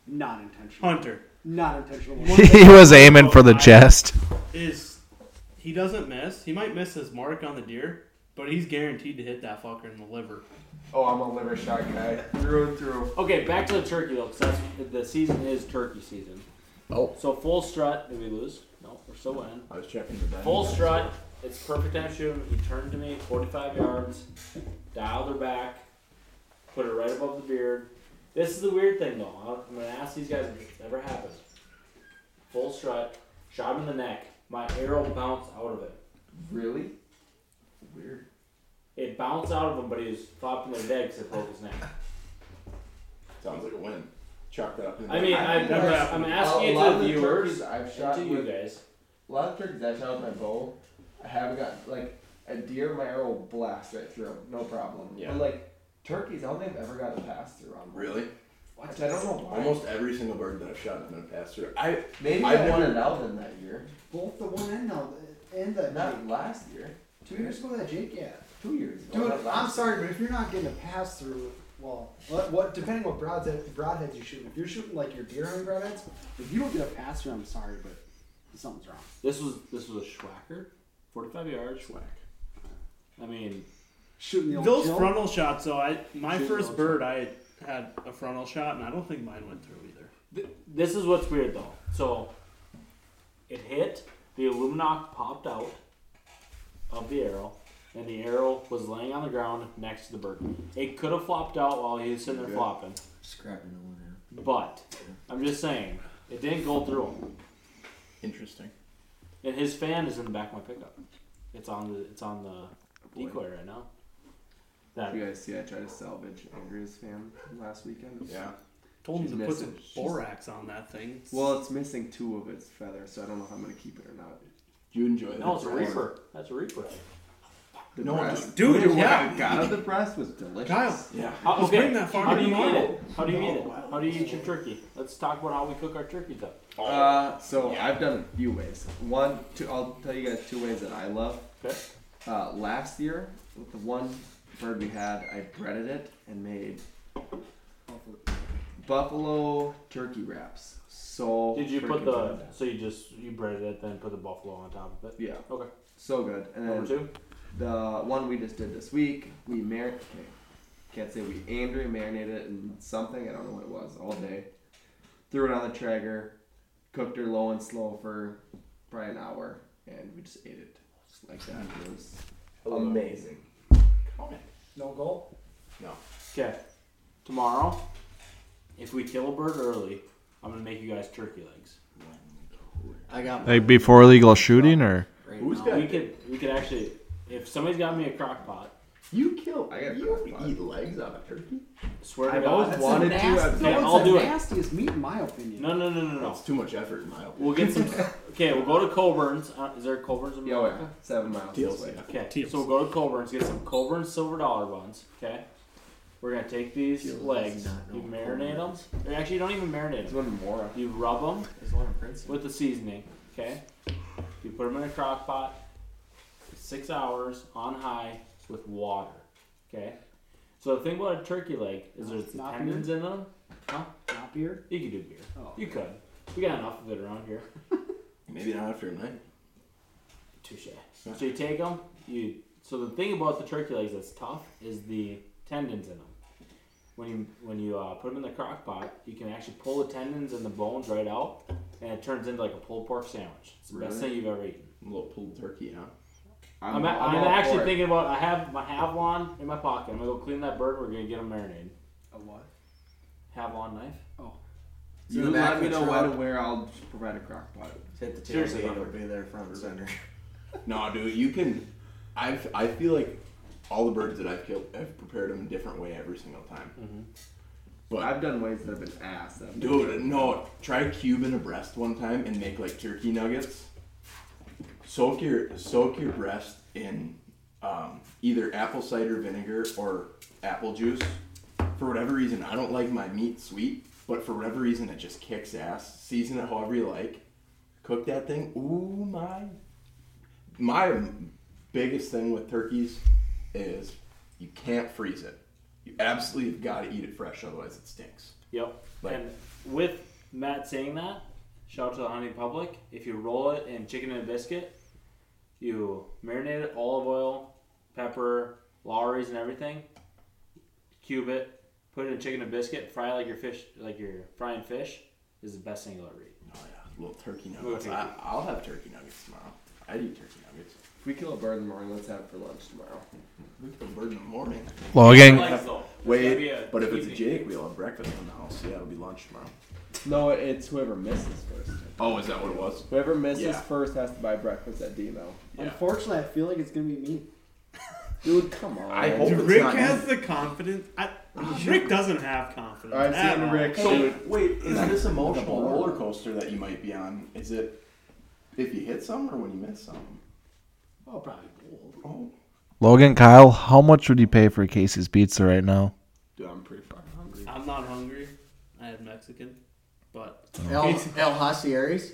S6: Not intentional.
S3: Hunter
S6: Not intentional.
S2: He was aiming for the chest.
S3: is he doesn't miss. He might miss his mark on the deer, but he's guaranteed to hit that fucker in the liver.
S5: Oh, I'm a liver shot guy. Through and through.
S7: Okay, back to the turkey though, 'cause that's the season is turkey season.
S1: Oh.
S7: So full strut, did we lose? No, we're still winning.
S1: I was checking the dial.
S7: Full strut, it's perfect time to shoot. him. He turned to me, 45 yards, dialed her back, put her right above the beard. This is the weird thing though. I'll- I'm gonna ask these guys if it's ever happened. Full strut, shot him in the neck. My arrow bounced out of it.
S5: Really? Weird.
S7: It bounced out of him, but he was flopping there dead because it broke his neck.
S1: Sounds like a win. Chalk that up. in the
S7: I mean,
S1: bag.
S7: I'm, I'm, I'm asking
S5: A
S7: it
S5: lot
S7: to
S5: of
S7: the viewers
S5: turkeys I've
S7: and
S5: shot
S7: to you
S5: with
S7: guys.
S5: A lot of turkeys I shot with my bow, I haven't got like a deer, my arrow will blast right through, 'em, no problem.
S1: Yeah.
S5: But like turkeys, I don't think I've ever got a pass through on. one.
S1: Really?
S5: Which I don't know why.
S1: Almost every single bird that I've shot has been a pass through. I
S5: Maybe
S1: I've
S5: I won
S1: never-
S5: an Elvin that year.
S6: Both the one and the and the
S5: Not last year.
S6: Two years ago, that Jake, yeah.
S5: Two years ago.
S6: Dude,
S5: not
S6: I'm
S5: last
S6: sorry, but if you're not getting a pass through, well, what, what depending what broadhead, broadheads you shoot, if you're shooting like your deer hunting broadheads, if you don't get a pass through, I'm sorry, but something's wrong.
S7: This was this was a Schwacker, 45 yards. Schwack. I mean,
S6: Shooting the old
S3: Those
S6: Jill,
S3: frontal shots, though, I my
S7: Shoot
S3: first
S7: those.
S3: bird, I had a frontal shot, and I don't think mine went through either.
S7: th- this is what's weird though. So it hit the Illuminoc popped out of the arrow, and the arrow was laying on the ground next to the bird. It could have flopped out while he was sitting there
S5: Good.
S7: flopping,
S4: Scrapping the one out.
S7: but I'm just saying it didn't go through him.
S1: Interesting.
S7: And his fan is in the back of my pickup. It's on the it's on the decoy right now. That
S5: You guys see, I tried to salvage Angry's fan from last weekend.
S1: Yeah.
S3: Told
S5: She's
S3: him to put
S5: missing-
S3: some
S5: she's-
S3: borax on that thing.
S5: Well, it's missing two of its feathers, so I don't know if I'm gonna keep it or not.
S1: You enjoy that.
S7: no, it's a reaper. That's a reaper.
S5: The
S1: No,
S5: breast,
S1: just-
S3: dude,
S5: Dude,
S3: yeah.
S5: what I got of the breast was delicious.
S3: Kyle.
S1: Yeah.
S7: How,
S3: Let's
S7: okay,
S3: bring that
S7: how
S3: farmer
S7: do you eat
S3: tomorrow.
S7: it? How do you eat it?
S6: No.
S7: How do you eat your turkey? Let's talk about how we cook our turkey though.
S5: Uh, so I've done a few ways. One, two, I'll tell you guys two ways that I love.
S7: Okay.
S5: Uh, last year, with the one bird we had, I breaded it and made buffalo turkey wraps. So
S7: Did you put
S5: freaking
S7: the
S5: good.
S7: so you just you breaded it then put the buffalo on top of it?
S5: yeah?
S7: Okay.
S5: So good. And
S7: Number
S5: then
S7: two.
S5: the one we just did this week, we mar okay, can't say we Andrea marinated it in something I don't know what it was all day. Threw it on the Traeger, cooked her low and slow for probably an hour, and we just ate it just like that. It was amazing.
S7: No goal.
S1: No.
S7: Okay. Tomorrow, if we kill a bird early, I'm gonna make you guys turkey legs.
S4: I got
S2: Like before illegal shooting or
S4: right
S1: Who's
S4: now.
S1: got-
S7: We could we could actually if somebody's got me a crock pot,
S1: You kill.
S5: I got a
S1: you
S5: crock pot.
S1: eat legs on a turkey.
S7: swear to
S5: I've
S7: God.
S5: always wanted to. I've
S7: Yeah,
S6: That's
S7: I'll
S6: the
S7: do it.
S6: nastiest meat, in my opinion.
S7: No no no no no.
S1: That's too much effort in my opinion.
S7: We'll get some. Okay, we'll go to Coburn's. Uh, is there a Coburn's in
S5: yeah, oh, yeah,
S7: America?
S5: seven miles
S1: Deals,
S5: this way.
S1: yeah.
S7: Okay,
S3: Teals.
S7: so we'll go to Coburn's, get some Coburn's silver dollar buns. Okay, we're gonna take these
S4: Teals
S7: legs,
S4: does not know
S7: you
S4: what
S7: marinate them. Or actually, you don't even marinate
S5: It's
S7: them.
S5: one more.
S7: You rub them
S4: There's one in Princeton.
S7: with the seasoning. Okay, you put them in a crock pot, six hours on high with water. Okay, so the thing about a turkey leg is there's the
S6: Not
S7: tendons in them.
S6: Not beer.
S7: You could do beer.
S6: Oh.
S7: You could. We got enough of it around here.
S1: Maybe not after a night.
S7: Touche. So you take them. You so the thing about the turkey legs that's tough is the tendons in them. When you when you uh, put them in the crock pot, you can actually pull the tendons and the bones right out, and it turns into like a pulled pork sandwich. It's the best
S5: Really?
S7: thing you've ever eaten.
S1: A little pulled turkey, huh?
S7: I'm, a-
S5: all
S7: I'm,
S5: for
S7: actually
S5: it.
S7: thinking about I have my Havlon in my pocket. I'm gonna go clean that bird. We're gonna get them marinated.
S5: A what?
S7: Havlon knife.
S4: So
S5: You
S4: the back
S5: let
S4: of
S5: me
S4: the
S5: know when
S4: truck-
S5: and where I'll provide a crock pot.
S4: Hit the
S7: Seriously,
S4: tailgate. It'll
S7: Robert.
S4: be there front and center.
S1: No, dude, you can. I I feel like all the birds that I've killed, I've prepared them a different way every single time.
S5: I've done ways that have been ass. that I've been
S1: Dude, no, try cubing a breast one time and make like turkey nuggets. Soak your soak your breast in um, either apple cider vinegar or apple juice. For whatever reason, I don't like my meat sweet, but for whatever reason, it just kicks ass. Season it however you like. Cook that thing. Ooh my! My biggest thing with turkeys is you can't freeze it. You absolutely have got to eat it fresh, otherwise it stinks.
S7: Yep.
S1: Like-
S7: and with Matt saying that, shout out to the Honey Public. If you roll it in chicken and biscuit, you marinate it, olive oil, pepper, Lowry's, and everything. Cube it, put it in chicken and biscuit, fry it like your fish, like you're frying fish. Is the best thing you'll ever eat.
S1: Oh yeah, little turkey
S7: Little
S1: nuggets. I,
S7: turkey.
S1: I'll have turkey nuggets tomorrow. I would eat turkey nuggets.
S5: If we kill a bird in the morning, let's have it for lunch tomorrow.
S1: We could have bird in the morning.
S2: Logan.
S7: Legs, though. It's gotta be
S1: Wait,
S7: a
S1: but if it's a
S7: evening.
S1: Jake, we'll have breakfast in the house. Yeah, it'll be lunch tomorrow.
S5: No, it's whoever misses first.
S1: Oh, is that what it was?
S5: Whoever misses
S1: Yeah.
S5: first has to buy breakfast at Demo.
S1: Yeah.
S6: Unfortunately, I feel like it's gonna be me.
S5: Dude, come on.
S1: I hope it's
S3: Rick
S1: not
S3: has
S1: you.
S3: the confidence. I, Rick doesn't have confidence.
S5: I've
S3: at
S5: seen
S3: all.
S5: Rick
S1: So
S5: shoot.
S1: wait, is this emotional
S5: Like a
S1: roller coaster that you might be on? Is it if you hit some or when you miss some?
S6: Oh, probably gold.
S1: Oh,
S2: Logan Kyle, how much would you pay for Casey's pizza right now?
S5: Dude, I'm pretty fucking hungry.
S3: I'm not hungry. I had Mexican, but
S4: El, El Hasieris.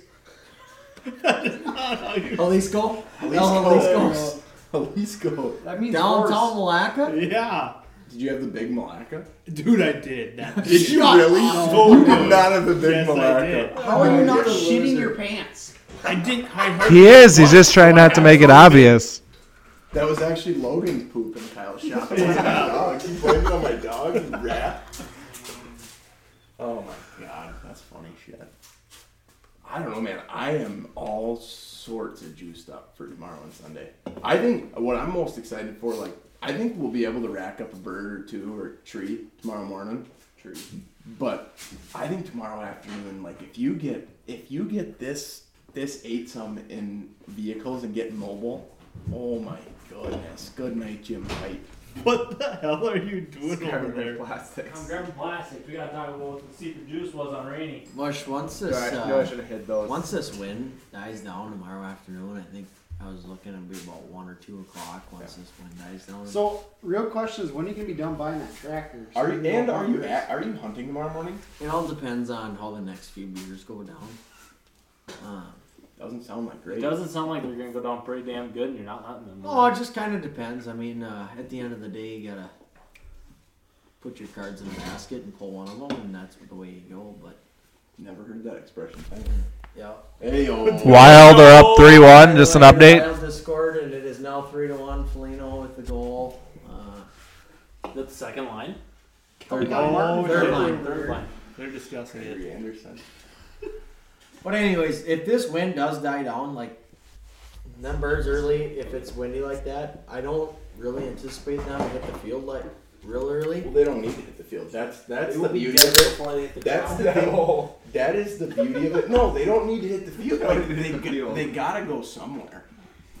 S5: Oh.
S4: Jalisco. El Jalisco.
S1: Jalisco. Jalisco.
S5: That means
S4: Downtown Malacca.
S3: yeah,
S1: Did you have the big Malacca?
S3: dude, I did that.
S1: Did you really? you did not have the big
S3: yes, I did.
S1: Malacca.
S4: How are you
S1: You're
S4: not
S1: a
S4: shitting
S1: loser.
S4: your pants?
S3: I didn't. I heard
S2: He is. He's just trying not to make it obvious.
S1: That was actually Logan's poop in Kyle's shop. It wasn't my dog. He blamed it on my dog, you rat. Oh my god, that's funny shit. I don't know, man. I am all sorts of juiced up for tomorrow and Sunday. I think what I'm most excited for, like, I think we'll be able to rack up a bird or two or treat tomorrow morning. Tree. But I think tomorrow afternoon, like, if you get if you get this this eight some in vehicles and get mobile, oh my goodness, good night, Jim Pipe.
S3: What the hell are you doing over there?
S7: I'm
S5: plastics.
S7: grabbing plastic. We gotta talk about what the secret juice was on Rainy.
S4: Mush, once
S5: No,
S4: this
S5: I,
S4: uh,
S5: no, I should have hid those.
S4: once this wind dies down tomorrow afternoon, I think I was looking it'll be about one or two o'clock once this wind dies down.
S6: So, real question is, when are you gonna be done buying that tractor? So
S1: Are
S6: we
S1: you
S6: can
S1: and
S6: go
S1: are you
S6: hunt
S1: at, are you hunting tomorrow morning?
S4: it all depends on how the next few years go down. Um,
S1: Doesn't sound like
S7: It
S1: great.
S7: doesn't sound like they're gonna go down pretty damn good, and you're not hunting them.
S4: Oh, it just kind of depends. I mean, uh, at the end of the day, you gotta put your cards in a basket and pull one of them, and that's the way you go. But
S1: Never heard that expression.
S4: yeah,
S1: Hey
S2: Wild are up three one. Just an update.
S4: Wild has scored, and it is now three to one. Felino with the goal. Uh,
S7: That's the second line.
S4: third
S3: Oh,
S4: line,
S3: yeah.
S4: third line,
S7: Third line.
S3: They're discussing it.
S1: Henry Anderson.
S4: But anyways, if this wind does die down, like them birds early, if it's windy like that, I don't really anticipate them to hit the field like real early.
S1: Well, they don't need to hit the field. That's that's
S4: It
S1: the
S4: will be
S1: beauty
S4: dead
S1: of it.
S4: before they hit the
S1: That's
S4: ground.
S1: the thing. That is the beauty of it. No, they don't need to hit the field. Like,
S5: need to
S1: they,
S5: hit the
S1: go-
S5: field.
S1: they gotta go somewhere.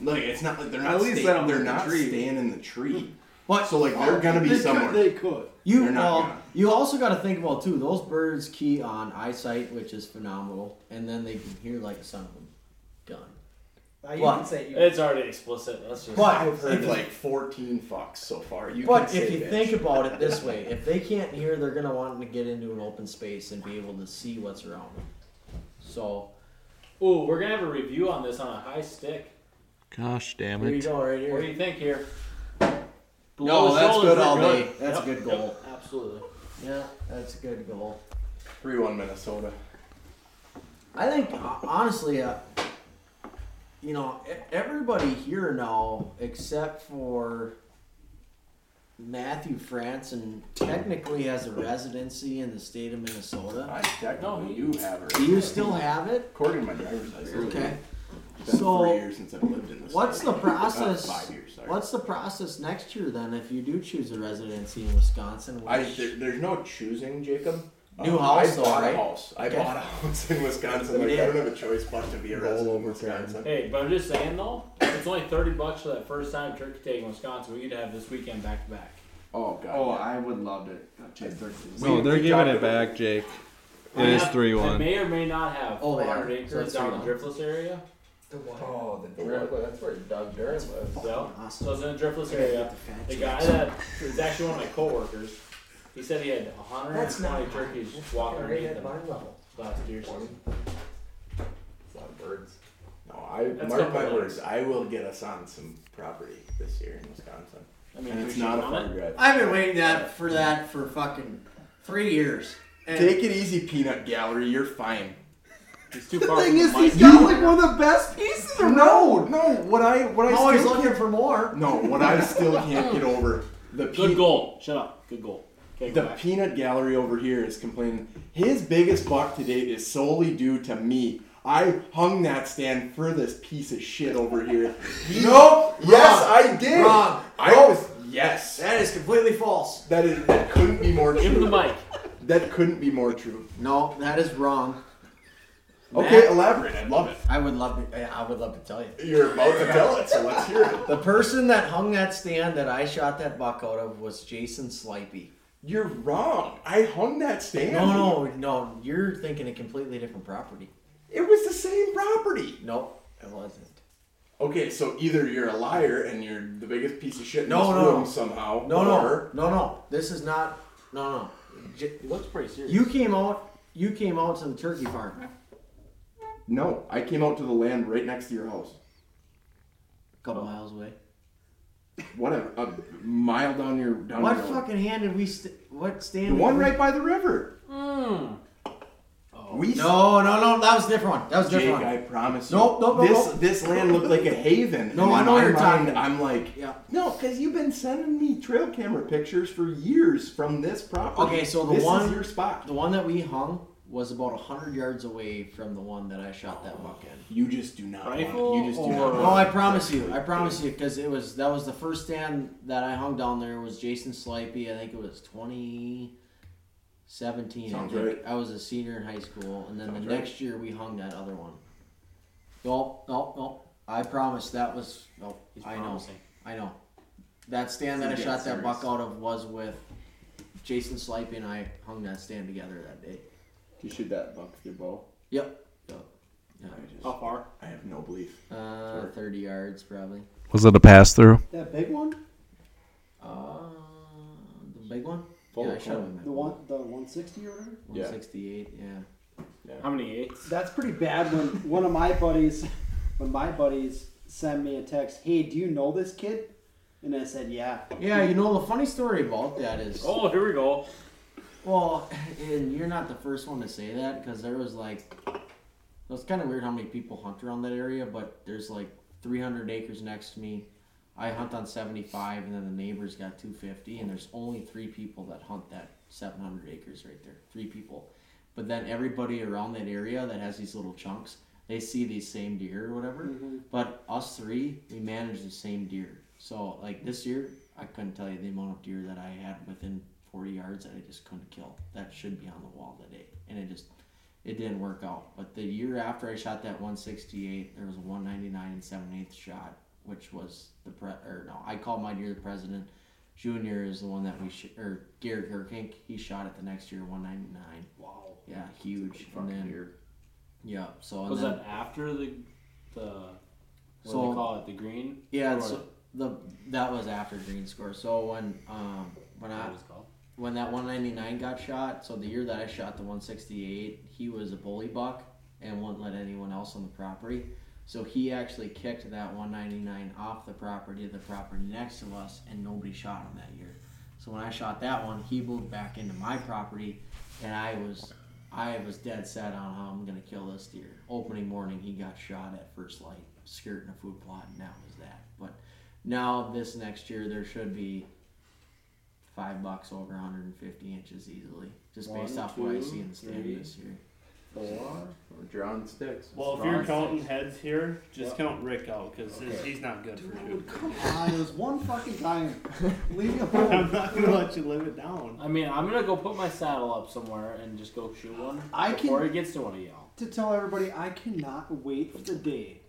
S1: Like it's not like they're not.
S5: At least
S1: stay-
S5: let 'em
S1: they're
S5: hit the
S1: not
S5: tree.
S1: staying in the tree.
S4: But-
S1: so like they're gonna
S6: They
S1: be
S6: could-
S1: somewhere.
S6: They could.
S4: You
S1: They're not
S4: well,
S1: gonna.
S4: you also got to think about too. Those birds key on eyesight, which is phenomenal, and then they can hear like a son of a gun.
S5: you
S4: But-
S5: can say you
S7: It's already explicit. That's just.
S4: But
S1: I've heard
S4: if-
S1: like 14 fucks so far. You
S4: but
S1: can
S4: if
S1: say
S4: you
S1: bitch.
S4: think about it this way, if they can't hear, they're gonna want to get into an open space and be able to see what's around them. So
S7: Ooh, we're gonna have a review on this on a high stick.
S2: Gosh damn
S4: here you go, right
S7: What do
S4: here.
S7: you think here?
S4: No,
S7: the
S4: that's
S7: shoulders
S4: good
S7: are
S4: all day. That's a
S7: Yep,
S4: good goal.
S7: yep, absolutely.
S4: Yeah, that's a good goal.
S1: 3-1 Minnesota.
S4: I think uh, honestly, uh, you know, e- everybody here now except for Matthew France and technically has a residency in the state of Minnesota.
S1: I technically do have her.
S4: Do you still have it?
S1: According to my driver's license.
S4: Okay.
S1: It's been
S4: So,
S1: three years since I've lived in this.
S4: What's the
S1: state.
S4: process?
S1: Uh, five years. Sorry.
S4: What's the process next year then if you do choose a residency in Wisconsin?
S1: I,
S4: which-
S1: there, there's no choosing, Jacob. Uh,
S4: New
S1: I
S4: house, though,
S1: bought
S4: right?
S1: a house. I
S4: Okay.
S1: bought a house in Wisconsin.
S4: You
S1: Like, I
S4: did.
S1: don't have a choice but to be a
S4: Roll
S1: resident in
S4: over, Karen.
S1: Wisconsin.
S7: Hey, but I'm just saying though, it's only thirty bucks for that first time turkey tag in Wisconsin. We could have this weekend back to back.
S1: Oh god.
S5: Oh, I would love it.
S2: No, they're giving it back, Jake. It is three
S7: They
S2: one.
S7: may or may not have
S4: Oh, they
S7: 400
S4: are. So
S7: acres
S4: that's
S7: down in the
S4: 3-1.
S7: Driftless area.
S5: Oh, the
S1: Durham-
S5: That's where Doug Durham lives.
S7: So,
S4: awesome.
S7: so it's in the Driftless area. uh, The guy that is actually one of my coworkers, he said he had 120 turkeys walking underneath him last year. So
S5: It's a lot of birds.
S1: No, I
S7: That's
S1: mark
S7: couple
S1: my
S7: dollars.
S1: words. I will get us on some property this year in Wisconsin,
S7: I mean,
S1: and
S7: we
S1: it's
S7: should
S1: not a
S7: run
S1: far
S7: it.
S1: drive.
S4: I've been waiting that for that for fucking three years. And
S1: Take it easy, Peanut Gallery. You're fine.
S7: It's too far.
S5: Thing
S7: from
S5: is,
S7: the
S5: he's
S7: mic.
S5: got like one of the best pieces of
S1: No, no. What I what
S4: I'm
S1: I
S4: always
S1: still
S4: looking for more.
S1: no. What I still can't get over the
S7: Good
S1: pe-
S7: goal. Shut up. Good goal. Okay, go
S1: The
S7: back.
S1: peanut gallery over here is complaining his biggest buck to date is solely due to me. I hung that stand for this piece of shit over here. nope. Yes, I did.
S4: Wrong.
S1: I was yes.
S4: That is completely false.
S1: That is that couldn't be more
S7: Give him
S1: true.
S7: the mic.
S1: That couldn't be more true.
S4: No, that is wrong.
S1: Okay,
S4: Matt-
S1: elaborate. I love it.
S4: I would love to. I would love to tell you.
S1: You're about to tell it, so let's hear it.
S4: The person that hung that stand that I shot that buck out of was Jason Slipey.
S1: You're wrong. I hung that stand.
S4: No, no, no. You're thinking a completely different property.
S1: It was the same property.
S4: No, it wasn't.
S1: Okay, so either you're a liar and you're the biggest piece of shit in
S4: No,
S1: this
S4: no,
S1: room
S4: no.
S1: somehow.
S4: No, no,
S1: or-
S4: no, no. This is not. No, no. J-
S7: He looks pretty serious.
S4: You came out. You came out to the turkey farm.
S1: No, I came out to the land right next to your house.
S4: A
S1: Oh.
S4: couple miles away.
S1: Whatever, a mile down your down
S4: What
S1: your road.
S4: fucking hand did we? St- what stand?
S1: The
S4: did
S1: one
S4: we-
S1: right by the river. Oh,
S7: Mm.
S1: We
S4: Hmm. No, no, no. That was a different one. That was a
S1: Jake,
S4: different one.
S1: I promise you.
S4: Nope, nope, nope,
S1: This
S4: nope.
S1: this land looked like a haven.
S4: No,
S1: And
S4: I
S1: in
S4: know
S1: my
S4: what you're talking
S1: mind,
S4: about.
S1: I'm like,
S4: Yeah.
S1: no, because you've been sending me trail camera pictures for years from this property.
S4: Okay, so the
S1: This is
S4: one-
S1: your spot.
S4: The one that we hung was about 100 yards away from the one that I shot that buck in.
S1: You just do not. Want,
S7: Rifle
S1: you just do
S7: or-
S1: not.
S4: No, Oh, I promise you. I promise you because it was that was the first stand that I hung down there was Jason Slipey. I think it was 2017.
S1: Sounds
S4: I think
S1: right.
S4: I was a senior in high school, and then
S1: Sounds
S4: the
S1: right.
S4: next year we hung that other one. No, no, no. I promise that was no.
S7: He's
S4: I know.
S7: promising.
S4: I know. That stand that I
S5: He's
S4: shot
S5: getting
S4: that buck
S5: serious.
S4: out of was with Jason Slipey and I hung that stand together that day.
S5: You shoot that buck with your bow.
S4: Yep. Yep.
S1: I, just,
S7: How far?
S1: I have no belief.
S4: Uh, 30 yards probably.
S2: Was it a pass through?
S6: That big one,
S4: Uh, the big one?
S1: Full
S4: yeah, I
S1: of
S4: shot
S1: corn.
S4: him. at
S6: the one, the 160 or whatever.
S1: Yeah.
S4: 168, yeah.
S7: How many eights?
S6: That's pretty bad when one of my buddies, when my buddies send me a text, hey, do you know this kid? And I said, yeah.
S4: Yeah, you know, the funny story about that is,
S7: Oh, here we go.
S4: well, and you're not the first one to say that because there was like, it was kind of weird how many people hunt around that area, but there's like 300 acres next to me. I hunt on 75, and then the neighbors got 250, and there's only three people that hunt that 700 acres right there. Three people. But then everybody around that area that has these little chunks, they see these same deer or whatever. But us three, we manage the same deer. So like this year, I couldn't tell you the amount of deer that I had within 40 yards that I just couldn't kill. That should be on the wall today, and it just it didn't work out. But the year after I shot that 168, there was a 199 and 7 8 shot, which was the pre or no, I called my deer the president. Junior is the one that we sh- or Gary Kirkink. He shot it the next year 199.
S6: Wow.
S4: Yeah, huge. And
S5: Fucking
S4: then
S5: deer.
S4: yeah, so and
S7: Was
S4: then,
S7: that after the the what do
S4: So-
S7: they call it? The green?
S4: Yeah,
S7: Or-
S4: so the that was after green score. So when um when
S7: What
S4: I
S7: it was called?
S4: when that 199 got shot, so the year that I shot the 168, he was a bully buck and wouldn't let anyone else on the property. So he actually kicked that 199 off the property to the property next to us, and nobody shot him that year. So when I shot that one, he moved back into my property, and I was I was dead set on how I'm gonna kill this deer. Opening morning, he got shot at first light, skirting a food plot, and that was that. But now this next year, there should be five bucks over 150 inches easily, just based
S5: One,
S4: off what I
S5: two,
S4: see in the stand
S5: three.
S4: this year.
S5: Four.
S1: We're drawing sticks.
S3: Well, if you're counting heads here, just count Rick out because
S5: Okay.
S3: he's not good for you.
S6: Dude, come on. It was one fucking time. Leave me alone.
S3: I'm not gonna let you live it down.
S7: I mean, I'm gonna go put my saddle up somewhere and just go shoot one
S6: I can-
S7: before it gets to one of y'all.
S6: To tell everybody, I cannot wait for the day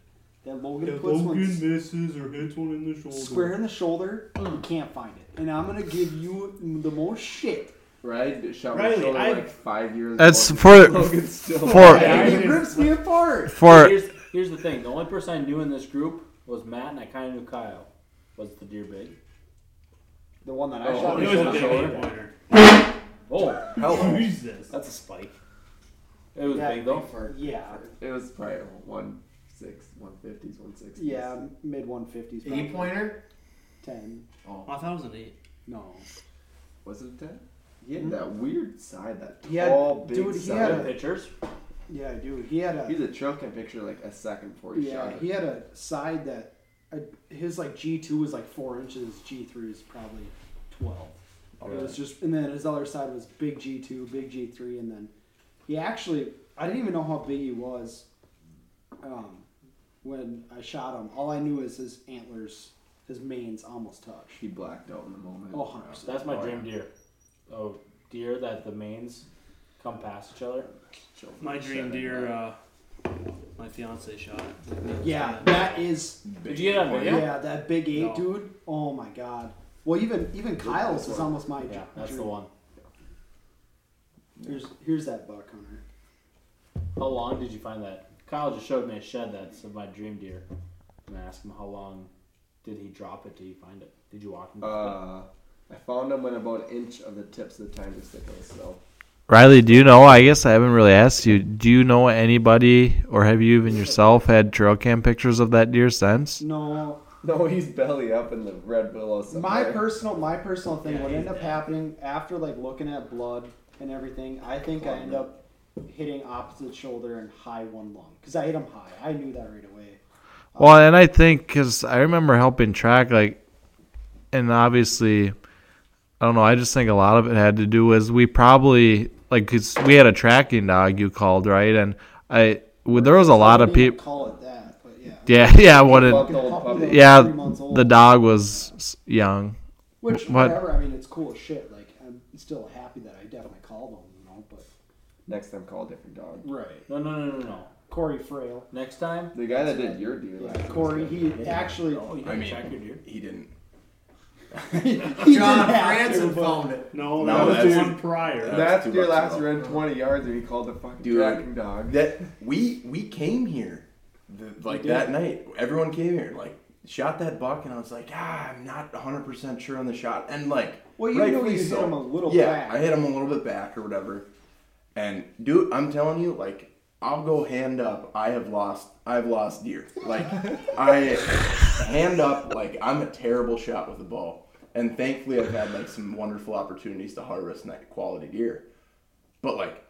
S6: that Logan puts one
S3: misses or hits one in the shoulder.
S6: square in the shoulder and can't find it. And I'm gonna give you the most shit.
S5: Right? Shot my
S3: Riley,
S5: shoulder
S3: I-
S5: like five years
S2: That's
S5: ago.
S2: for
S5: Logan still.
S2: for
S6: And
S3: I-
S6: it rips me apart.
S2: for
S7: Here's, here's the thing. The only person I knew in this group was Matt, and I kind of knew Kyle. Was the deer big?
S6: The one that I
S5: Oh,
S6: shot.
S3: It
S6: was
S3: was a
S6: shot-
S3: big
S5: Shoulder.
S3: eight pointer.
S7: Oh,
S1: Hello.
S3: Jesus.
S7: that's a spike. It was
S6: Yeah,
S7: big though.
S4: For
S6: Yeah.
S5: It was probably one six, one fifties, one sixties.
S6: Yeah, mid 150s. probably.
S4: eight pointer.
S6: 10.
S3: Oh, I thought it was an eight.
S6: No.
S5: Was it a ten? He had that weird side, that
S6: Mm-hmm. He had-
S5: tall, big
S6: dude, he
S5: side.
S6: had a-
S7: Pictures.
S6: Yeah, dude. He had a.
S5: He's a trail cam picture like a second before he
S6: Yeah,
S5: shot it.
S6: he had a side that uh, his like G two was like four inches, G three is probably twelve. It was just, and then his other side was big G two, big G three, and then he actually I didn't even know how big he was um, when I shot him. All I knew is his antlers, his manes almost touch.
S5: He blacked out in the moment.
S6: Oh, 100%.
S7: That's my
S5: Oh,
S7: dream deer. Oh, deer that the mains come past each other.
S5: Children
S3: My dream
S5: shedding
S3: deer,
S5: light.
S3: uh, my fiance shot.
S6: Yeah, that is
S7: Did you get on
S6: yeah,
S7: video?
S6: that big eight
S3: No.
S6: dude. Oh my god. Well, even even Kyle's is almost my
S7: Yeah,
S6: dream.
S7: that's the one.
S6: Here's here's that buck hunter.
S7: How long did you find that? Kyle just showed me a shed that's of my dream deer, and I asked him how long did he drop it till you find it. Did you walk him?
S5: Uh, I found him when about an inch of the tips of the timer stick on the snow.
S2: Riley. Do you know? I guess I haven't really asked you. Do you know anybody, or have you even yourself had trail cam pictures of that deer since?
S6: No,
S5: No, he's belly up in the red willow
S6: my
S5: somewhere.
S6: personal my personal thing
S7: Yeah,
S6: what
S7: he's
S6: ended up
S7: dead.
S6: happening after like looking at blood and everything i think i
S5: Blood,
S6: end
S5: yeah.
S6: up hitting opposite shoulder and high one lung because i hit him high i knew that right away
S2: Well, and I think because I remember helping track, like, and obviously, I don't know. I just think a lot of it had to do is we probably like 'cause we had a tracking dog you called right, and I well, there was a lot of
S6: They don't
S2: people.
S6: Call it that, but yeah.
S2: Yeah, yeah. What
S5: Fuck
S2: it?
S5: the old
S6: Fucking
S5: puppy.
S2: Yeah,
S6: three months old.
S2: The dog was s- young.
S6: Which,
S2: What?
S6: whatever. I mean, it's cool as shit. Like, I'm still happy that I definitely called him, you know. But
S5: Next time, call a different dog.
S6: right,
S7: No, no, no, no, no.
S6: Corey Frail.
S7: Next time.
S5: The guy that did your deer.
S6: Yeah,
S5: last time was
S6: Corey.
S5: good.
S6: He actually.
S7: Oh, you
S1: I
S7: gotta
S1: mean-
S7: check your deer.
S1: He didn't.
S6: he did
S4: John
S6: have to,
S4: Franson
S6: but-
S4: phoned it.
S3: No,
S1: No,
S3: that was
S1: that's-
S3: the one prior.
S1: That was
S5: That
S1: two
S5: deer
S1: bucks
S5: last
S1: ago.
S5: ran 20 yards and he called a fucking
S1: Dude.
S5: tracking dog.
S1: That we we came here, the, like that night. Everyone came here, like shot that buck, and I was like, ah, I'm not 100 percent sure on the shot, and like,
S6: Well, you knew
S1: rightfully
S6: you hit him a little
S1: yeah,
S6: back.
S1: I hit him a little bit back or whatever. And dude, I'm telling you, like, I'll go hand up. I have lost. I've lost deer. Like, I hand up. Like, I'm a terrible shot with the ball. And thankfully, I've had like some wonderful opportunities to harvest that quality deer. But like,